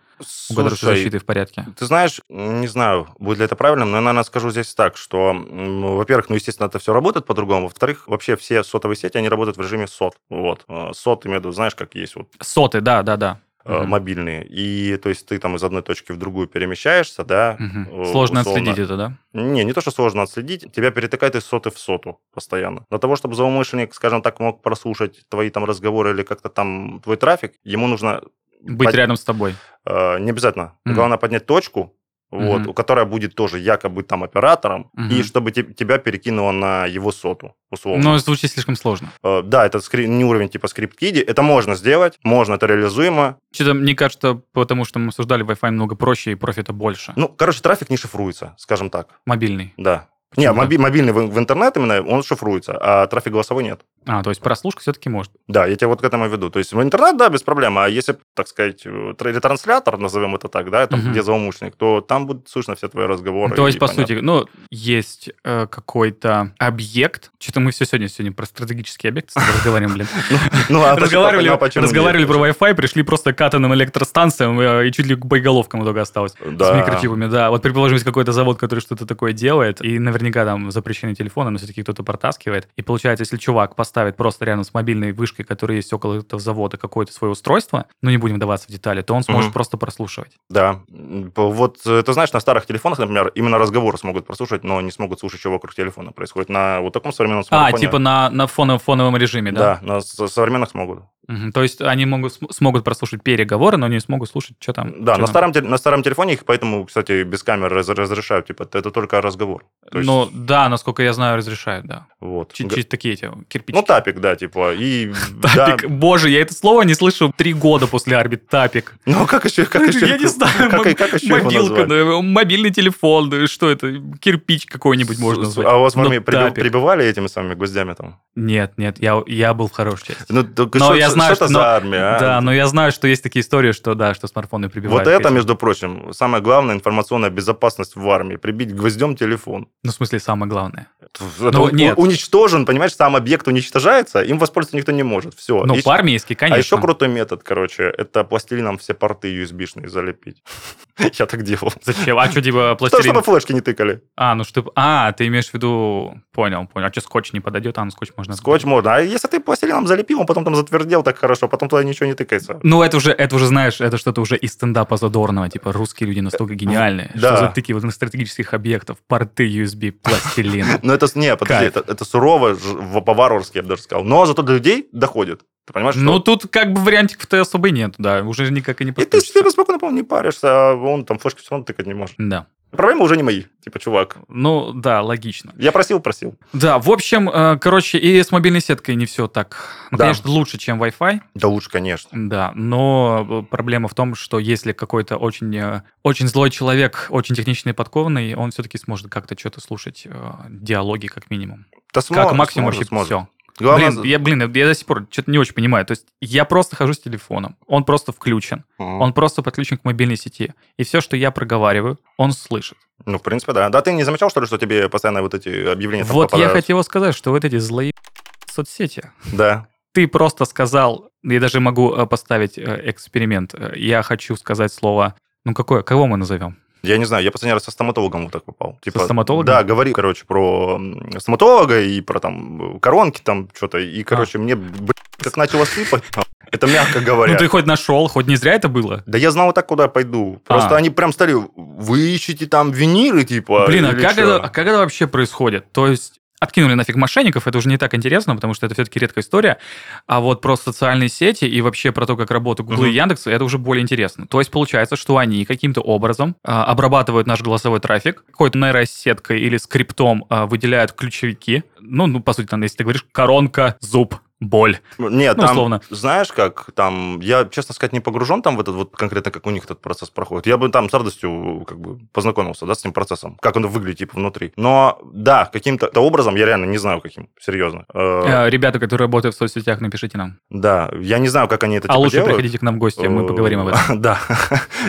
Speaker 1: у которых
Speaker 2: Слушай,
Speaker 1: защиты в порядке.
Speaker 2: Ты знаешь, не знаю, будет ли это правильным, но я, наверное, скажу здесь так, что, м, ну, во-первых, ну, естественно, это все работает по-другому, во-вторых, вообще все сотовые сети, они работают в режиме сот, вот, Э, сот, имею в виду, знаешь, как есть вот
Speaker 1: Соты, да, да, да.
Speaker 2: э,
Speaker 1: Мгм.
Speaker 2: мобильные, и, то есть, ты там из одной точки в другую перемещаешься, да,
Speaker 1: Мгм.
Speaker 2: э,
Speaker 1: Сложно
Speaker 2: условно.
Speaker 1: отследить это, да?
Speaker 2: Не, не то, что сложно отследить, тебя перетекает из соты в соту постоянно. Для того, чтобы злоумышленник, скажем так, мог прослушать твои там разговоры или как-то там твой трафик, ему нужно...
Speaker 1: Быть
Speaker 2: под-
Speaker 1: рядом с тобой.
Speaker 2: Э, Не обязательно.
Speaker 1: Мгм.
Speaker 2: Главное поднять точку, вот,
Speaker 1: Мгм.
Speaker 2: у которая будет тоже якобы там оператором,
Speaker 1: Мгм. Ну.
Speaker 2: и чтобы те- тебя перекинуло на его соту, условно.
Speaker 1: Но звучит слишком сложно.
Speaker 2: Э, да, это скри- не уровень типа скрипт-киди, это можно сделать, можно, это реализуемо.
Speaker 1: Что-то мне кажется, потому что мы обсуждали, Wi-Fi много проще и профита больше.
Speaker 2: Ну, короче, трафик не шифруется, скажем так,
Speaker 1: Мобильный.
Speaker 2: да.
Speaker 1: Почему
Speaker 2: не, моби- мобильный в, в интернет именно, он шифруется, а трафик голосовой нет.
Speaker 1: А, то есть прослушка все-таки может.
Speaker 2: Да, я тебя вот к этому и веду. То есть в интернет, да, без проблем, а если, так сказать, э, тр- ретранслятор, назовем это так, да, там,
Speaker 1: Мгм.
Speaker 2: где злоумышленник, то там будут слышно все твои разговоры.
Speaker 1: То есть,
Speaker 2: и
Speaker 1: по
Speaker 2: понятно.
Speaker 1: сути, ну, есть э, какой-то объект. Что-то мы все сегодня сегодня про стратегический объект с тобой разговариваем, блин.
Speaker 2: Ну, а почему-
Speaker 1: Разговаривали
Speaker 2: а почему нет?
Speaker 1: разговаривали про Wi-Fi, пришли просто катаным электростанциям, э, и чуть ли к боеголовкам только осталось. С
Speaker 2: Да.
Speaker 1: микрочипами, да. Вот, предположим, есть какой-то завод, который что-то такое делает, и наверняка там запрещены телефоны, но все-таки кто-то протаскивает. И получается, если чувак ставит просто рядом с мобильной вышкой, которая есть около этого завода, какое-то свое устройство, но не будем вдаваться в детали, то он сможет
Speaker 2: Мгм.
Speaker 1: просто прослушивать.
Speaker 2: Да. М, п- Вот э, ты знаешь, на старых телефонах, например, именно разговоры смогут прослушать, но не смогут слушать, что вокруг телефона происходит. На вот таком современном
Speaker 4: А,
Speaker 2: смартфоне...
Speaker 4: типа на, на фоновом, фоновом режиме, да?
Speaker 2: Да, на со- современных смогут.
Speaker 1: Мгм. То есть они могут, см- смогут прослушать переговоры, но не смогут слушать, что там.
Speaker 2: Да,
Speaker 1: чё там.
Speaker 2: на старом, тел- на старом телефоне их поэтому, кстати, без камер раз- разрешают. Типа, т- это только разговор. То есть,
Speaker 1: Ну, да, насколько я знаю, разрешают, да.
Speaker 2: вот.
Speaker 1: Чи-
Speaker 2: Г-
Speaker 1: чи- такие эти кирпичи.
Speaker 2: Ну, тапик, да, типа. И, да,
Speaker 1: Тапик. Боже, я это слово не слышал три года после орбит. Тапик.
Speaker 2: ну, как еще, как еще,
Speaker 1: Я не знаю.
Speaker 2: как,
Speaker 1: мо-
Speaker 2: и- как еще А его
Speaker 1: Мобилка,
Speaker 2: назвать?
Speaker 1: да, мобильный телефон, да, что это, кирпич какой-нибудь можно
Speaker 2: С-
Speaker 1: назвать.
Speaker 2: А у вас в армии
Speaker 1: Ну,
Speaker 2: приби-
Speaker 1: тапик.
Speaker 2: прибивали этими самыми гвоздями там?
Speaker 1: Нет, нет, я, я был в хорошей части.
Speaker 2: Ну, так
Speaker 1: Но
Speaker 2: что-
Speaker 1: я знаю,
Speaker 2: что
Speaker 1: что-
Speaker 2: это
Speaker 1: но-
Speaker 2: за армия, а?
Speaker 1: Да, но я знаю, что есть такие истории, что да, что смартфоны прибивают.
Speaker 2: Вот это,
Speaker 1: этим.
Speaker 2: между прочим, самая главная информационная безопасность в армии. Прибить гвоздем телефон.
Speaker 1: Ну, в смысле, самое главное.
Speaker 2: Это он-
Speaker 1: Ну, нет.
Speaker 2: Уничтожен, понимаешь, сам объект уничтожается, им воспользоваться никто не может. Все.
Speaker 1: Ну, по-армейски, конечно.
Speaker 2: А еще крутой метод, короче, это пластилином все порты USB-шные залепить. Я так делал.
Speaker 1: Зачем? А что, типа,
Speaker 2: Что,
Speaker 1: пластилин?
Speaker 2: чтобы флешки не тыкали.
Speaker 1: А, ну что... А, ты имеешь в виду... Понял, понял. А что, скотч не подойдет? А, ну скотч можно...
Speaker 2: Скотч можно. А если ты пластилином залепил, он потом там затвердел так хорошо, потом туда ничего не тыкается.
Speaker 1: Ну, это уже, это уже, знаешь, это что-то уже из стендапа Задорного. Типа, русские люди настолько гениальные,
Speaker 2: Да.
Speaker 1: что затыки вот на стратегических объектов, порты USB, пластилин.
Speaker 2: Но это, с- не, подожди,
Speaker 1: Кайф.
Speaker 2: это, это сурово, ж- в- по-варварски, я бы даже сказал. Но зато до людей доходит. Ты понимаешь, что...
Speaker 1: Ну, тут как бы вариантиков-то особо и нет, да. Уже никак и не
Speaker 2: и ты
Speaker 1: подключишься.
Speaker 2: себе спокойно, по-моему, не паришься, а он там флешки все равно тыкать не может.
Speaker 1: Да.
Speaker 2: Проблемы уже не мои, типа, чувак.
Speaker 1: Ну, да, логично.
Speaker 2: Я просил, просил.
Speaker 1: Да, в общем, э, короче, и с мобильной сеткой не все так. Ну,
Speaker 2: Да.
Speaker 1: конечно, лучше, чем Wi-Fi,
Speaker 2: Да лучше, конечно.
Speaker 1: да, но э, проблема в том, что если какой-то очень, э, очень злой человек, очень техничный и подкованный, он все-таки сможет как-то что-то слушать, э, диалоги как минимум.
Speaker 2: Да
Speaker 1: как
Speaker 2: сможет,
Speaker 1: максимум
Speaker 2: сможет,
Speaker 1: вообще
Speaker 2: сможет.
Speaker 1: все.
Speaker 2: Главное-
Speaker 1: Блин, я, блин, я до сих пор что-то не очень понимаю. То есть я просто хожу с телефоном, он просто включен,
Speaker 2: Мгм.
Speaker 1: он просто подключен к мобильной сети. И все, что я проговариваю, он слышит.
Speaker 2: Ну, в принципе, да. Да, ты не замечал, что ли, что тебе постоянно вот эти объявления там
Speaker 1: вот я
Speaker 2: попадают?
Speaker 1: хотел сказать, что вот эти злые соцсети,
Speaker 2: Да.
Speaker 1: ты просто сказал, я даже могу э, поставить э, эксперимент, Э, я хочу сказать слово, ну какое, кого мы назовем?
Speaker 2: Я не знаю, я последний раз со стоматологом вот так попал. Типа,
Speaker 1: стоматологом?
Speaker 2: Да, говори, короче, про м, стоматолога и про там коронки там что-то. И, короче, мне, блин, как начало сыпать. Это мягко
Speaker 1: А.
Speaker 2: говоря.
Speaker 1: Ну ты хоть нашел, хоть не зря это было.
Speaker 2: Да я знал вот так, куда я пойду. Просто
Speaker 1: А.
Speaker 2: они прям стали, вы ищете там виниры, типа.
Speaker 1: Блин, а
Speaker 2: или
Speaker 1: как,
Speaker 2: чё?»
Speaker 1: это, а как это вообще происходит? То есть откинули нафиг мошенников, это уже не так интересно, потому что это все-таки редкая история, а вот про социальные сети и вообще про то, как работают Google и
Speaker 2: Мгм.
Speaker 1: Яндекс, это уже более интересно. То есть получается, что они каким-то образом а, обрабатывают наш голосовой трафик, какой-то нейросеткой или скриптом а, выделяют ключевики, ну, ну, по сути, там, если ты говоришь коронка, зуб, боль.
Speaker 2: Нет,
Speaker 1: Ну,
Speaker 2: там,
Speaker 1: условно.
Speaker 2: знаешь как, там, я, честно сказать, не погружен там в этот вот конкретно, как у них этот процесс проходит. Я бы там с радостью как бы познакомился, да, с этим процессом, как он выглядит, типа, внутри. Но, да, каким-то образом, я реально не знаю, каким, серьезно. Э,
Speaker 1: Э, Ребята, которые работают в соцсетях, напишите нам.
Speaker 2: Да, я не знаю, как они это
Speaker 1: А
Speaker 2: типа,
Speaker 1: лучше
Speaker 2: делают.
Speaker 1: приходите к нам в гости, мы
Speaker 2: Э,
Speaker 1: поговорим об этом.
Speaker 2: Да.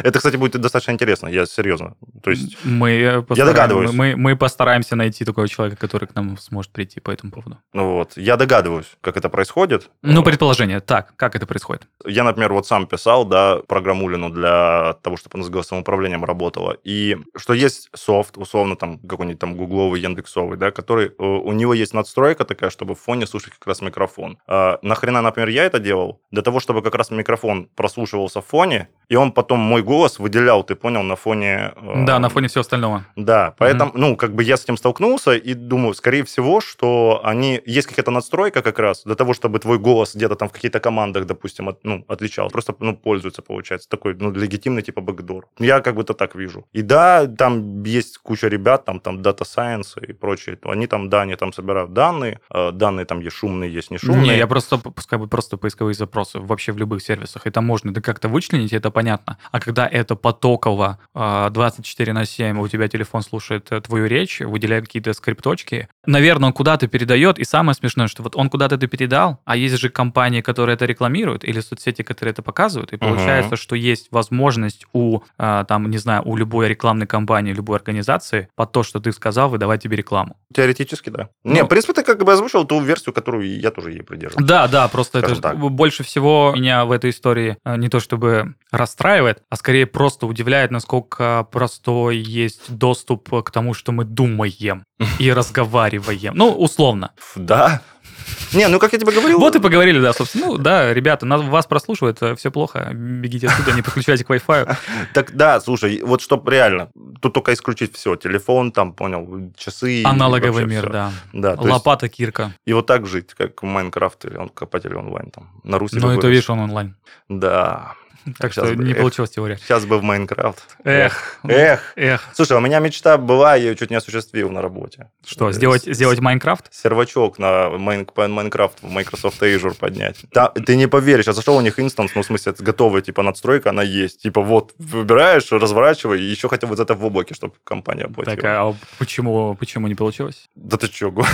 Speaker 2: Это, кстати, будет достаточно интересно, я серьезно. То есть,
Speaker 1: мы э, постараем-
Speaker 2: догадываюсь.
Speaker 1: Мы, мы постараемся найти такого человека, который к нам сможет прийти по этому поводу.
Speaker 2: ну вот, я догадываюсь, как это происходит.
Speaker 1: Ну,
Speaker 2: Э,
Speaker 1: предположение. Так, как это происходит?
Speaker 2: Я, например, вот сам писал, да, программулину для того, чтобы она с голосовым управлением работала. И что есть софт, условно, там, какой-нибудь там гугловый, яндексовый, да, который, э, у него есть надстройка такая, чтобы в фоне слушать как раз микрофон. А, нахрена, например, я это делал? Для того, чтобы как раз микрофон прослушивался в фоне, и он потом мой голос выделял, ты понял, на фоне... э,
Speaker 1: Да, на фоне всего остального.
Speaker 2: да, поэтому, ну, как бы я с этим столкнулся и думаю, скорее всего, что они... Есть какая-то надстройка как раз для того, чтобы твой голос где-то там в каких-то командах, допустим, от- ну, отличал. Просто, ну, пользуется, получается. Такой, ну, легитимный типа бэкдор. Я как бы то так вижу. И да, там есть куча ребят, там, там, Data Science и прочее. То Они там, да, они там собирают данные. Э, Данные там есть шумные, есть не шумные.
Speaker 1: Не, я просто пускай бы просто поисковые запросы вообще в любых сервисах. И там можно да как-то вычленить, это понятно. А когда это потоково э, 24 на 7, у тебя телефон слушает э, твою речь, выделяет какие-то скрипточки, наверное, он куда-то передает. И самое смешное, что вот он куда-то это передал, а есть же компании, которые это рекламируют, или соцсети, которые это показывают. И
Speaker 2: Мгм.
Speaker 1: получается, что есть возможность у, э, там, не знаю, у любой рекламной компании, любой организации под то, что ты сказал, выдавать тебе рекламу.
Speaker 2: Теоретически, да. Не,
Speaker 1: Ну-
Speaker 2: в принципе, ты как бы озвучил ту версию, которую я тоже ей придерживаюсь.
Speaker 1: Да, да, просто это
Speaker 2: Скажем
Speaker 1: ж-
Speaker 2: так.
Speaker 1: больше всего меня в этой истории э, не то чтобы расстраивает, а скорее просто удивляет, насколько простой есть доступ э, к тому, что мы думаем и разговариваем. Ну, условно.
Speaker 2: Да. Не, ну как я тебе говорил...
Speaker 1: Вот и поговорили, да, собственно. Ну, да, ребята, нас- вас прослушивают, все плохо, бегите отсюда, не подключайте к Wi-Fi.
Speaker 2: Так, да, слушай, вот чтоб реально, тут только исключить все, телефон там, понял, часы. и
Speaker 1: Аналоговый
Speaker 2: вообще
Speaker 1: мир,
Speaker 2: всё.
Speaker 1: да.
Speaker 2: Да, то есть
Speaker 1: Лопата, кирка.
Speaker 2: и вот так жить, как в Майнкрафт или он копатель онлайн там, на Руси.
Speaker 1: Ну,
Speaker 2: любой
Speaker 1: это
Speaker 2: Руси.
Speaker 1: видишь, он онлайн.
Speaker 2: Да,
Speaker 1: Так
Speaker 2: Сейчас
Speaker 1: что
Speaker 2: бы,
Speaker 1: не
Speaker 2: эх.
Speaker 1: получилась теория.
Speaker 2: сейчас бы в Майнкрафт.
Speaker 1: Эх.
Speaker 2: Эх.
Speaker 1: Эх,
Speaker 2: Слушай, а у меня мечта была, я ее чуть не осуществил на работе.
Speaker 1: что,
Speaker 2: Э,
Speaker 1: сделать,
Speaker 2: с-
Speaker 1: сделать Майнкрафт?
Speaker 2: сервачок на Майн- по Майнкрафт в Microsoft Azure поднять. Та- ты не поверишь, я зашел у них инстанс, ну, в смысле, это готовая, типа, надстройка, она есть. Типа, вот, выбираешь, разворачивай, и еще хотя бы за это в облаке, чтобы компания оплатила.
Speaker 1: Так, а почему, почему не получилось?
Speaker 2: Да ты че, гонишь?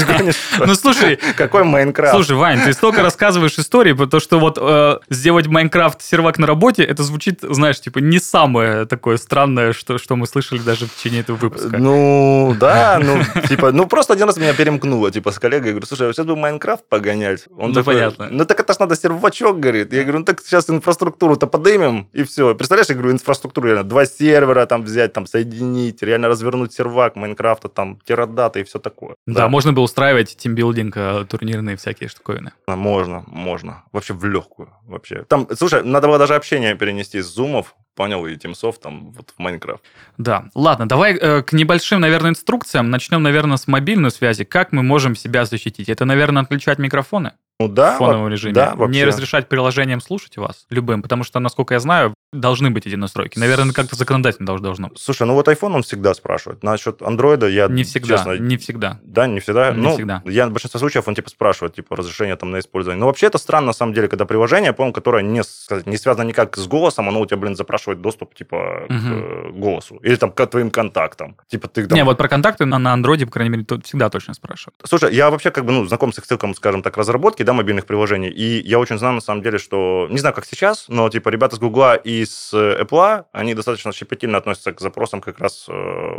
Speaker 2: что ли?
Speaker 1: Ну, слушай,
Speaker 2: Какой Майнкрафт?
Speaker 1: Слушай, Вань, ты столько рассказываешь истории про то, что вот э, сделать Майнкрафт сервак на работе, это звучит, знаешь, типа не самое такое странное, что, что мы слышали даже в течение этого выпуска.
Speaker 2: Ну, да, ну, типа, ну, просто один раз меня перемкнуло, типа, с коллегой, я говорю, слушай, а сейчас бы Майнкрафт погонять. Он
Speaker 1: Ну,
Speaker 2: такой,
Speaker 1: понятно.
Speaker 2: Ну, так это ж надо сервачок, говорит. Я говорю, ну, так сейчас инфраструктуру-то подымем, и все. Представляешь, я говорю, инфраструктуру, реально, два сервера там взять, там, соединить, реально развернуть сервак Майнкрафта, там, теродата и все такое.
Speaker 1: Да, можно было устраивать тимбилдинг, э, турнирные всякие штуковины.
Speaker 2: А, Можно, можно. Вообще в легкую. Вообще. Там, слушай, надо было даже общение перенести с зумов, понял, и тимсов там вот в Майнкрафт.
Speaker 1: Да, ладно, давай э, к небольшим, наверное, инструкциям. Начнем, наверное, с мобильной связи. Как мы можем себя защитить? Это, наверное, отключать микрофоны
Speaker 2: Ну да,
Speaker 1: в фоновом
Speaker 2: вот-
Speaker 1: режиме.
Speaker 2: да, вообще.
Speaker 1: Не разрешать приложениям слушать вас, любым, потому что, насколько я знаю, должны быть эти настройки. Наверное, как-то законодательно долж- должно быть.
Speaker 2: Слушай, ну вот iPhone он всегда спрашивает. Насчет Андроида я
Speaker 1: Не всегда,
Speaker 2: честно,
Speaker 1: не всегда.
Speaker 2: Да, не всегда.
Speaker 1: Не
Speaker 2: ну,
Speaker 1: всегда.
Speaker 2: Я в большинстве случаев он типа спрашивает, типа, разрешение там на использование. Но вообще это странно, на самом деле, когда приложение, по-моему, которое не, сказать, не связано никак с голосом, оно у тебя, блин, запрашивает доступ, типа, к
Speaker 1: Мгм.
Speaker 2: э, голосу. Или там к твоим контактам. Типа ты там...
Speaker 1: Не, вот про контакты на, на андроиде, по крайней мере, тут всегда точно спрашивают.
Speaker 2: Слушай, я вообще как бы, ну, знаком с их циком, скажем так, разработки, да, мобильных приложений, и я очень знаю, на самом деле, что... Не знаю, как сейчас, но, типа, ребята с Гугла и с э, Apple, они достаточно щепетильно относятся к запросам как раз э,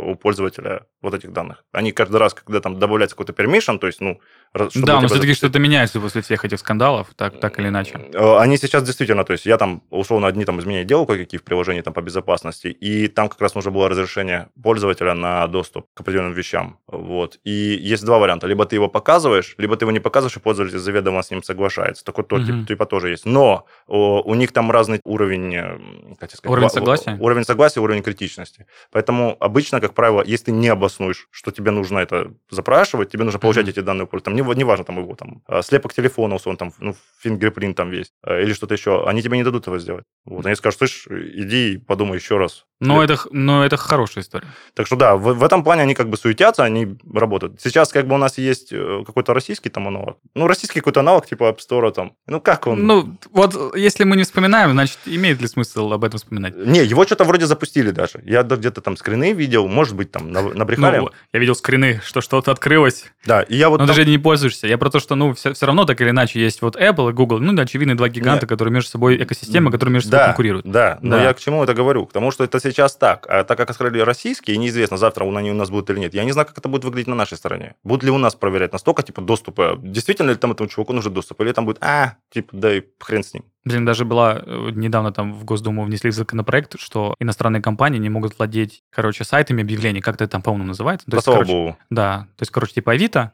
Speaker 2: у пользователя вот этих данных. Они каждый раз, когда там добавляется какой-то permission, то есть, ну... раз- чтобы
Speaker 1: да, но
Speaker 2: у тебя
Speaker 1: все-таки
Speaker 2: запустить-
Speaker 1: что-то меняется после всех этих скандалов, так, так или иначе.
Speaker 2: Э, Они сейчас действительно, то есть я там условно одни там изменения делал кое-какие в приложении там по безопасности, и там как раз нужно было разрешение пользователя на доступ к определенным вещам, вот. И есть два варианта: либо ты его показываешь, либо ты его не показываешь, и пользователь заведомо с ним соглашается. Такой тот
Speaker 1: Мгм.
Speaker 2: тип- типа тоже есть. Но о, у них там разный уровень, э, как тебе сказать,
Speaker 1: Уровень
Speaker 2: ва-
Speaker 1: согласия?
Speaker 2: уровень согласия, уровень критичности. Поэтому обычно, как правило, если ты не обоснуешь, что тебе нужно это запрашивать, тебе нужно получать
Speaker 1: Мгм.
Speaker 2: эти данные пользователя. Там не, ва- не важно, там его там э, слепок телефона, условно, там, ну, фингерпринт там весь, э, или что-то еще. Они тебе не дадут этого сделать. Вот, они скажут, слышь, иди и подумай еще раз. Э,
Speaker 1: Но Ну, Э, это, х- но это хорошая история.
Speaker 2: Так что да, в, в этом плане они как бы суетятся, они работают. Сейчас как бы у нас есть э, какой-то российский там аналог. Ну, российский какой-то аналог типа App Store там. Ну, как он?
Speaker 1: Ну, вот э, если мы не вспоминаем, значит, имеет ли смысл об этом вспоминать?
Speaker 2: Не, его что-то вроде запустили даже. Я да- где-то там скрины видел, может быть, там на- набрехали.
Speaker 1: Ну, я видел скрины, что что-то открылось,
Speaker 2: да, и я вот...
Speaker 1: но
Speaker 2: там-
Speaker 1: ты же не пользуешься. Я про то, что, ну, все, равно так или иначе есть вот Apple и Google, ну, да, очевидные два гиганта,
Speaker 2: Нет.
Speaker 1: которые между собой, экосистемы, которые между собой
Speaker 2: да,
Speaker 1: конкурируют.
Speaker 2: Да, но
Speaker 1: Да.
Speaker 2: я к чему это говорю? К тому, что это сейчас так. А так как открыли российские, и неизвестно, завтра он- они у нас будут или нет. Я не знаю, как это будет выглядеть на нашей стороне. Будут ли у нас проверять настолько, типа, доступа? Действительно ли там этому чуваку нужен доступ? Или там будет, а, типа, да и хрен с ним.
Speaker 1: Блин, даже была э, недавно там в Госдуму внесли законопроект, что иностранные компании не могут владеть, короче, сайтами объявлений, как это там, по-моему, называется. То
Speaker 2: Да,
Speaker 1: есть,
Speaker 2: слава
Speaker 1: короче,
Speaker 2: богу.
Speaker 1: Да, то есть, короче, типа Авито,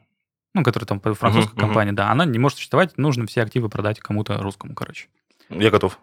Speaker 1: ну, которая там французская
Speaker 2: Мгм, мгм.
Speaker 1: компания, да, она не может существовать, нужно все активы продать кому-то русскому, короче.
Speaker 2: Я готов.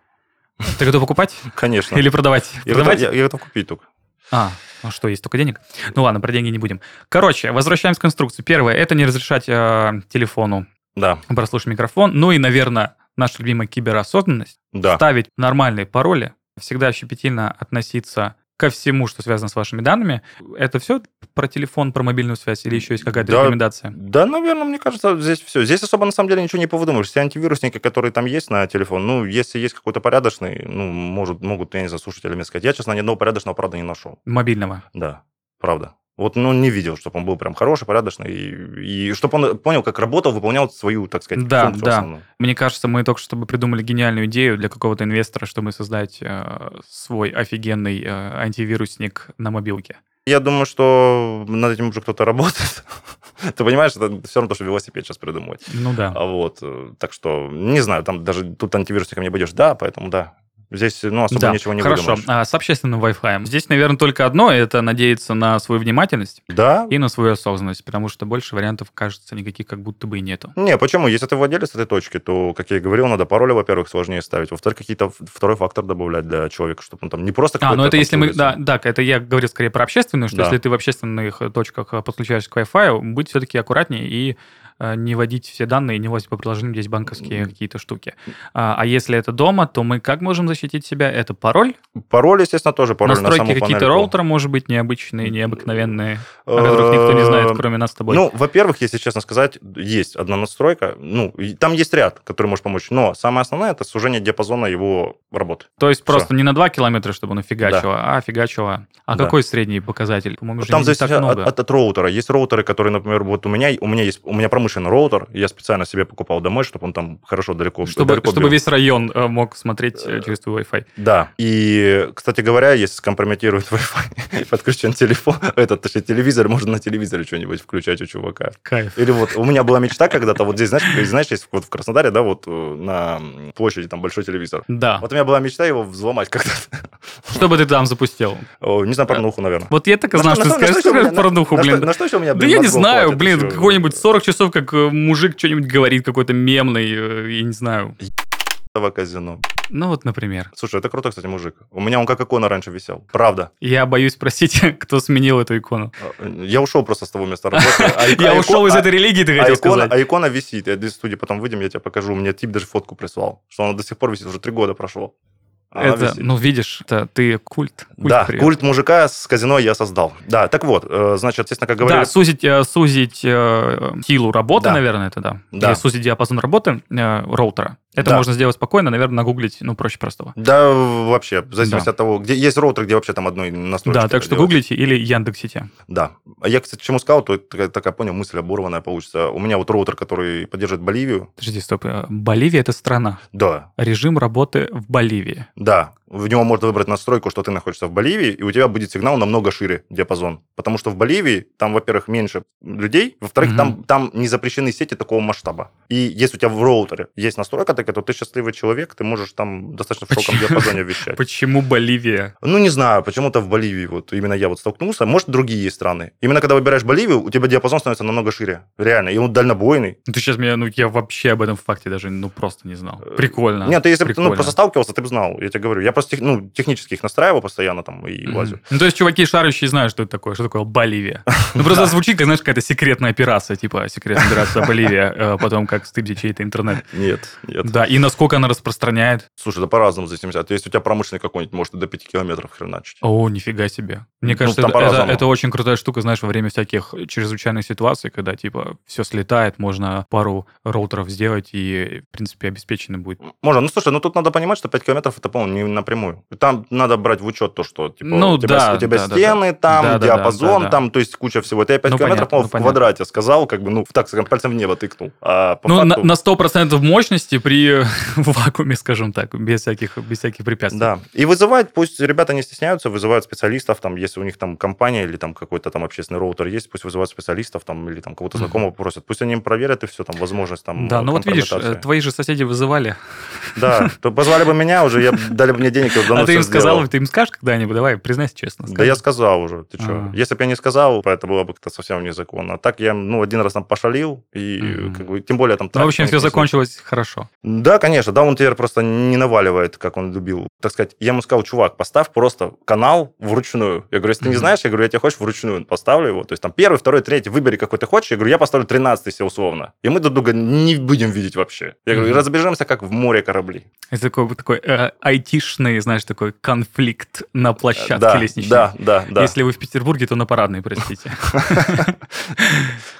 Speaker 1: Ты готов покупать
Speaker 2: Конечно.
Speaker 1: или продавать?
Speaker 2: Я готов,
Speaker 1: Продавать?
Speaker 2: я- я готов купить только.
Speaker 1: А, ну что, есть только денег? Ну ладно, про деньги не будем. Короче, возвращаемся к инструкции. Первое, это не разрешать э, телефону
Speaker 2: Да,
Speaker 1: прослушать микрофон. Ну и, наверное, наша любимая киберосознанность.
Speaker 2: да.
Speaker 1: Ставить нормальные пароли, всегда щепетильно относиться ко всему, что связано с вашими данными. Это все про телефон, про мобильную связь или еще есть какая-то
Speaker 2: Да.
Speaker 1: рекомендация?
Speaker 2: Да, наверное, мне кажется, здесь все. Здесь особо, на самом деле, ничего не повыдумаешь. Все антивирусники, которые там есть на телефон, ну, если есть какой-то порядочный, ну, может, могут, я не знаю, слушателями сказать. Я, честно, ни одного порядочного, правда, не нашел.
Speaker 1: Мобильного.
Speaker 2: Да, правда. Вот, ну, не видел, чтобы он был прям хороший, порядочный, и, чтобы он понял, как работал, выполнял свою, так сказать,
Speaker 1: Да,
Speaker 2: функцию
Speaker 1: да.
Speaker 2: основную.
Speaker 1: Мне кажется, мы только что бы придумали гениальную идею для какого-то инвестора, чтобы создать э, свой офигенный э, антивирусник на мобилке.
Speaker 2: Я думаю, что над этим уже кто-то работает. Ты понимаешь, это все равно, что велосипед сейчас придумывать.
Speaker 1: Ну да.
Speaker 2: А Вот, э, так что, не знаю, там даже тут антивирусником не будешь. Да, поэтому да. Здесь ну, особо
Speaker 1: Да,
Speaker 2: ничего не
Speaker 1: Хорошо,
Speaker 2: выдумаешь.
Speaker 1: а с общественным Wi-Fi. Здесь, наверное, только одно, это надеяться на свою внимательность
Speaker 2: Да,
Speaker 1: и на свою осознанность, потому что больше вариантов, кажется, никаких как будто бы и нету.
Speaker 2: Не, почему? Если ты владелец этой точки, то, как я и говорил, надо пароли, во-первых, сложнее ставить, во-вторых, какие-то в- второй фактор добавлять для человека, чтобы он там не просто...
Speaker 1: А,
Speaker 2: какой-то
Speaker 1: ну это
Speaker 2: там
Speaker 1: если мы...
Speaker 2: сервис.
Speaker 1: Да, да, это я говорю скорее про общественную, что
Speaker 2: Да.
Speaker 1: если ты в общественных э, точках э, подключаешься к Wi-Fi, быть все-таки аккуратнее и э, не вводить все данные, не влазить по приложениям, здесь банковские
Speaker 2: М.
Speaker 1: какие-то штуки. А, а если это дома, то мы как можем защитить себя? Это пароль?
Speaker 2: Пароль, естественно, тоже пароль на
Speaker 1: Настройки
Speaker 2: саму
Speaker 1: какие-то
Speaker 2: панельку.
Speaker 1: роутера, может быть, необычные, необыкновенные, о
Speaker 2: Э,
Speaker 1: которых никто не знает, кроме нас с тобой.
Speaker 2: Ну, во-первых, если честно сказать, есть одна настройка. Ну, и там есть ряд, который может помочь. Но самое основное – это сужение диапазона его работы.
Speaker 1: То есть
Speaker 2: Всё.
Speaker 1: просто не на 2 километра, чтобы оно фигачило, а фигачило. А
Speaker 2: Да.
Speaker 1: какой средний показатель? По-моему, же
Speaker 2: Там
Speaker 1: не
Speaker 2: зависит
Speaker 1: так
Speaker 2: от,
Speaker 1: много.
Speaker 2: от, от роутера. Есть роутеры, которые, например, вот у меня, у меня есть, у меня промышленный роутер, я специально себе покупал домой, чтобы он там хорошо далеко,
Speaker 1: Чтобы,
Speaker 2: далеко
Speaker 1: чтобы
Speaker 2: бил.
Speaker 1: весь район э, мог смотреть э, через твой Wi-Fi.
Speaker 2: Да. И, кстати говоря, если скомпрометирует Wi-Fi, подключен телефон, этот, точнее, телевизор, можно на телевизоре что-нибудь включать у чувака.
Speaker 1: Кайф.
Speaker 2: Или вот у меня была мечта когда-то, вот здесь, знаешь, как- знаешь, есть вот в Краснодаре, да, вот э, на площади там большой телевизор.
Speaker 1: Да.
Speaker 2: Вот у меня была мечта его взломать как-то.
Speaker 1: Что бы ты там запустил?
Speaker 2: О, Не знаю, порнуху, наверное.
Speaker 1: Вот я так и знал, что А. ты скажешь
Speaker 2: еще у меня-
Speaker 1: скажешь порнуху,
Speaker 2: на что-
Speaker 1: блин.
Speaker 2: На что еще у меня,
Speaker 1: Да
Speaker 2: блин,
Speaker 1: я не
Speaker 2: мозгов
Speaker 1: знаю,
Speaker 2: хватит
Speaker 1: блин,
Speaker 2: еще?
Speaker 1: какой-нибудь 40 часов, как э, мужик что-нибудь говорит, какой-то мемный, э, я не знаю.
Speaker 2: Этого казино.
Speaker 1: Ну вот, например.
Speaker 2: Слушай, это круто, кстати, мужик. У меня он как икона раньше висел. Правда. Э,
Speaker 1: Я боюсь спросить, кто сменил эту икону.
Speaker 2: Я ушел просто с того места работы. а ик-
Speaker 1: Я
Speaker 2: а
Speaker 1: ушел
Speaker 2: икон-
Speaker 1: из
Speaker 2: а-
Speaker 1: этой религии, ты
Speaker 2: а
Speaker 1: хотел
Speaker 2: икона,
Speaker 1: сказать.
Speaker 2: а икона висит. Я из студии потом выйдем, я тебе покажу. Мне тип даже фотку прислал, что она до сих пор висит. Уже три года прошло. А она
Speaker 1: Это,
Speaker 2: висит.
Speaker 1: ну видишь, это ты культ. культ
Speaker 2: да,
Speaker 1: привел.
Speaker 2: культ мужика с казино я создал. Да, так вот, э, значит, естественно, как говорили...
Speaker 1: Да, сузить, э, сузить э, силу работы,
Speaker 2: Да.
Speaker 1: наверное, это да.
Speaker 2: Да.
Speaker 1: Или сузить диапазон работы э, роутера. Это
Speaker 2: Да.
Speaker 1: можно сделать спокойно, наверное, нагуглить, ну, проще простого.
Speaker 2: Да, вообще, в зависимости
Speaker 1: Да.
Speaker 2: от того, где есть роутер, где вообще там одной настройки.
Speaker 1: да, так
Speaker 2: это
Speaker 1: что
Speaker 2: делать.
Speaker 1: гуглите или Яндексите.
Speaker 2: Да. А я, кстати, к чему сказал, то это такая, такая, понял, мысль оборванная получится. У меня вот роутер, который поддерживает Боливию.
Speaker 1: Подожди, стоп. э, Боливия – это страна.
Speaker 2: Да,
Speaker 1: Режим работы в Боливии.
Speaker 2: да. В него можно выбрать настройку, что ты находишься в Боливии, и у тебя будет сигнал намного шире диапазон. Потому что в Боливии там, во-первых, меньше людей, во-вторых,
Speaker 1: Мгм.
Speaker 2: там, там не запрещены сети такого масштаба. И если у тебя в роутере есть настройка такая, то ты счастливый человек, ты можешь там достаточно в широком
Speaker 1: Почему?
Speaker 2: диапазоне вещать.
Speaker 1: Почему Боливия?
Speaker 2: Ну, не знаю, почему-то в Боливии вот именно я вот столкнулся. Может, другие есть страны. Именно когда выбираешь Боливию, у тебя диапазон становится намного шире. Реально. И он дальнобойный.
Speaker 1: Ну, Ты сейчас меня, ну, я вообще об этом факте даже, ну, просто не знал. Прикольно.
Speaker 2: Э, Нет, ты если бы ты, ну,
Speaker 1: прикольно.
Speaker 2: просто сталкивался, ты бы знал. Я тебе говорю. Я просто тех- ну, технически их настраивал постоянно там и
Speaker 1: Мгм.
Speaker 2: лазю.
Speaker 1: Ну, то есть, чуваки шарящие знают, что это такое, что такое Боливия. Ну, просто звучит, как, знаешь, какая-то секретная операция, типа секретная операция Боливия, э, потом как стыбзи чей-то интернет.
Speaker 2: Нет, нет.
Speaker 1: Да, и насколько она распространяет.
Speaker 2: Слушай, да по-разному зависимости. А то Если у тебя промышленный какой-нибудь, может, и до 5 километров хреначить.
Speaker 1: О, нифига себе. Мне
Speaker 2: Ну,
Speaker 1: кажется,
Speaker 2: там
Speaker 1: это,
Speaker 2: по-разному.
Speaker 1: это- это очень крутая штука, знаешь, во время всяких чрезвычайных ситуаций, когда, типа, все слетает, можно пару роутеров сделать и, в принципе, обеспечено будет.
Speaker 2: Можно. Ну, слушай, ну тут надо понимать, что 5 километров это, по-моему, не напрямую. Там надо брать в учет то, что типа,
Speaker 1: Ну,
Speaker 2: у тебя,
Speaker 1: да,
Speaker 2: у тебя
Speaker 1: да, да,
Speaker 2: стены там,
Speaker 1: Да, да, да,
Speaker 2: диапазон
Speaker 1: да, да.
Speaker 2: там, то есть куча всего. Это я 5
Speaker 1: Ну,
Speaker 2: километров,
Speaker 1: понятно,
Speaker 2: по-моему,
Speaker 1: ну,
Speaker 2: в
Speaker 1: понятно.
Speaker 2: квадрате сказал, как бы, ну, так скажем, пальцем в небо тыкнул. А по
Speaker 1: ну, на-
Speaker 2: факту-
Speaker 1: на 100% мощности при вакууме, скажем так, без всяких, без всяких препятствий.
Speaker 2: Да. И вызывать, пусть ребята не стесняются, вызывают специалистов, там, если у них там компания или там какой-то там общественный роутер есть, пусть вызывают специалистов там или там кого-то
Speaker 1: Мгм.
Speaker 2: знакомого просят. Пусть они им проверят и все, там, возможность там
Speaker 1: Да, ну вот видишь, э,
Speaker 2: компрометации.
Speaker 1: твои же соседи вызывали.
Speaker 2: Да, то позвали бы меня уже, я б- дали бы мне денег, я бы давно
Speaker 1: а ты
Speaker 2: ну всё
Speaker 1: им сказал,
Speaker 2: сделал.
Speaker 1: ты им скажешь когда-нибудь, давай, признайся честно.
Speaker 2: Да
Speaker 1: скажи.
Speaker 2: я сказал уже, ты что?
Speaker 1: Ага.
Speaker 2: Если бы я не сказал, это было бы как-то совсем незаконно. А так я, ну, один раз там пошалил, и
Speaker 1: Мгм.
Speaker 2: как бы, тем более там...
Speaker 1: Ну, в
Speaker 2: трафик
Speaker 1: общем,
Speaker 2: там
Speaker 1: все
Speaker 2: не
Speaker 1: закончилось хорошо.
Speaker 2: Да, конечно, да, он теперь просто не наваливает, как он любил. Так сказать, я ему сказал, чувак, поставь просто канал вручную. Я говорю, если ты не
Speaker 1: Мгм.
Speaker 2: знаешь, я говорю, я тебе хочешь вручную, поставлю его. То есть там первый, второй, третий, выбери какой ты хочешь. Я говорю, я поставлю 13 себе условно. И мы друг друга не будем видеть вообще. Я говорю,
Speaker 1: Мгм.
Speaker 2: разбежимся, как в море корабли.
Speaker 1: Это такой, вот такой э, айтишный, знаешь, такой конфликт на площадке
Speaker 2: Э, да,
Speaker 1: лестничной.
Speaker 2: да, да, да.
Speaker 1: Если вы в Петербурге, то на парадной, простите.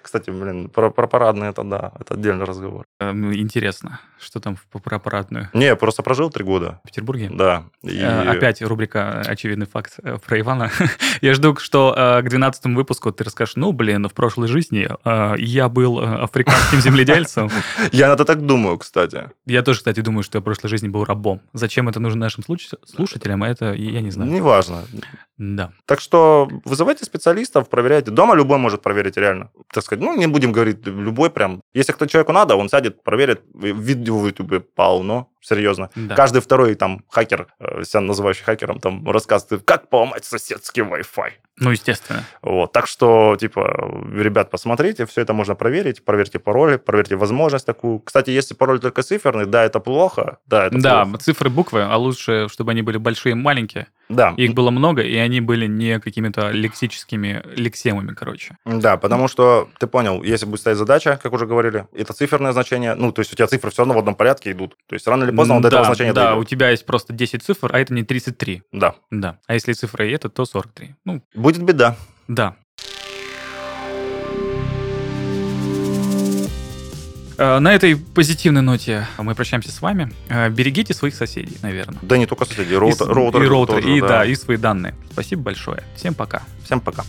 Speaker 2: Кстати, блин, про, про парадные это да, это отдельный разговор.
Speaker 1: Эм, Интересно, что там в- про парадную
Speaker 2: Не, я просто прожил три года.
Speaker 1: в Петербурге?
Speaker 2: Да. Ну и-
Speaker 1: Э, Опять рубрика э, «Очевидный факт» э, про Ивана. Я жду, что э, к 12 выпуску ты расскажешь, ну, блин, в прошлой жизни э, я был э, африканским земледельцем.
Speaker 2: Я на это так думаю, кстати.
Speaker 1: Я тоже, кстати, думаю, что я в прошлой жизни был рабом. Зачем это нужно нашим слуш- слушателям, а это я не знаю.
Speaker 2: Неважно. Ну,
Speaker 1: Да.
Speaker 2: Так что вызывайте специалистов, проверяйте. Дома любой может проверить реально. Так сказать, ну, не будем говорить, любой прям. Если кто человеку надо, он сядет, проверит. Видео в Ютубе полно. серьезно.
Speaker 4: Да.
Speaker 2: Каждый второй там хакер, э, себя называющий хакером, там рассказывает, как поломать соседский Wi-Fi.
Speaker 1: Ну, естественно.
Speaker 2: Вот. Так что, типа, ребят, посмотрите, все это можно проверить, проверьте пароли, проверьте возможность такую. Кстати, если пароль только циферный, да, это плохо, да, это
Speaker 1: Да,
Speaker 2: плохо.
Speaker 1: цифры, буквы, а лучше, чтобы они были большие и маленькие.
Speaker 2: да,
Speaker 1: Их было много, и они были не какими-то лексическими лексемами, короче.
Speaker 2: да, потому что ты понял, если будет стоять задача, как уже говорили, это циферное значение, ну, то есть у тебя цифры все равно в одном порядке идут, то есть рано или поздно он до этого
Speaker 1: Да,
Speaker 2: значения
Speaker 1: Да, у
Speaker 2: дойдет.
Speaker 1: тебя есть просто 10 цифр, а это не 33.
Speaker 2: Да,
Speaker 1: Да. А если цифра и это, то 43. Ну,
Speaker 2: будет беда.
Speaker 1: да. Э, На этой позитивной ноте мы прощаемся с вами. Э, Берегите своих соседей, наверное.
Speaker 2: Да не только соседи,
Speaker 1: И с-
Speaker 2: роутер, роутеры
Speaker 1: и роутеры,
Speaker 2: тоже,
Speaker 1: и да, и свои данные. Спасибо большое. Всем пока.
Speaker 2: Всем пока.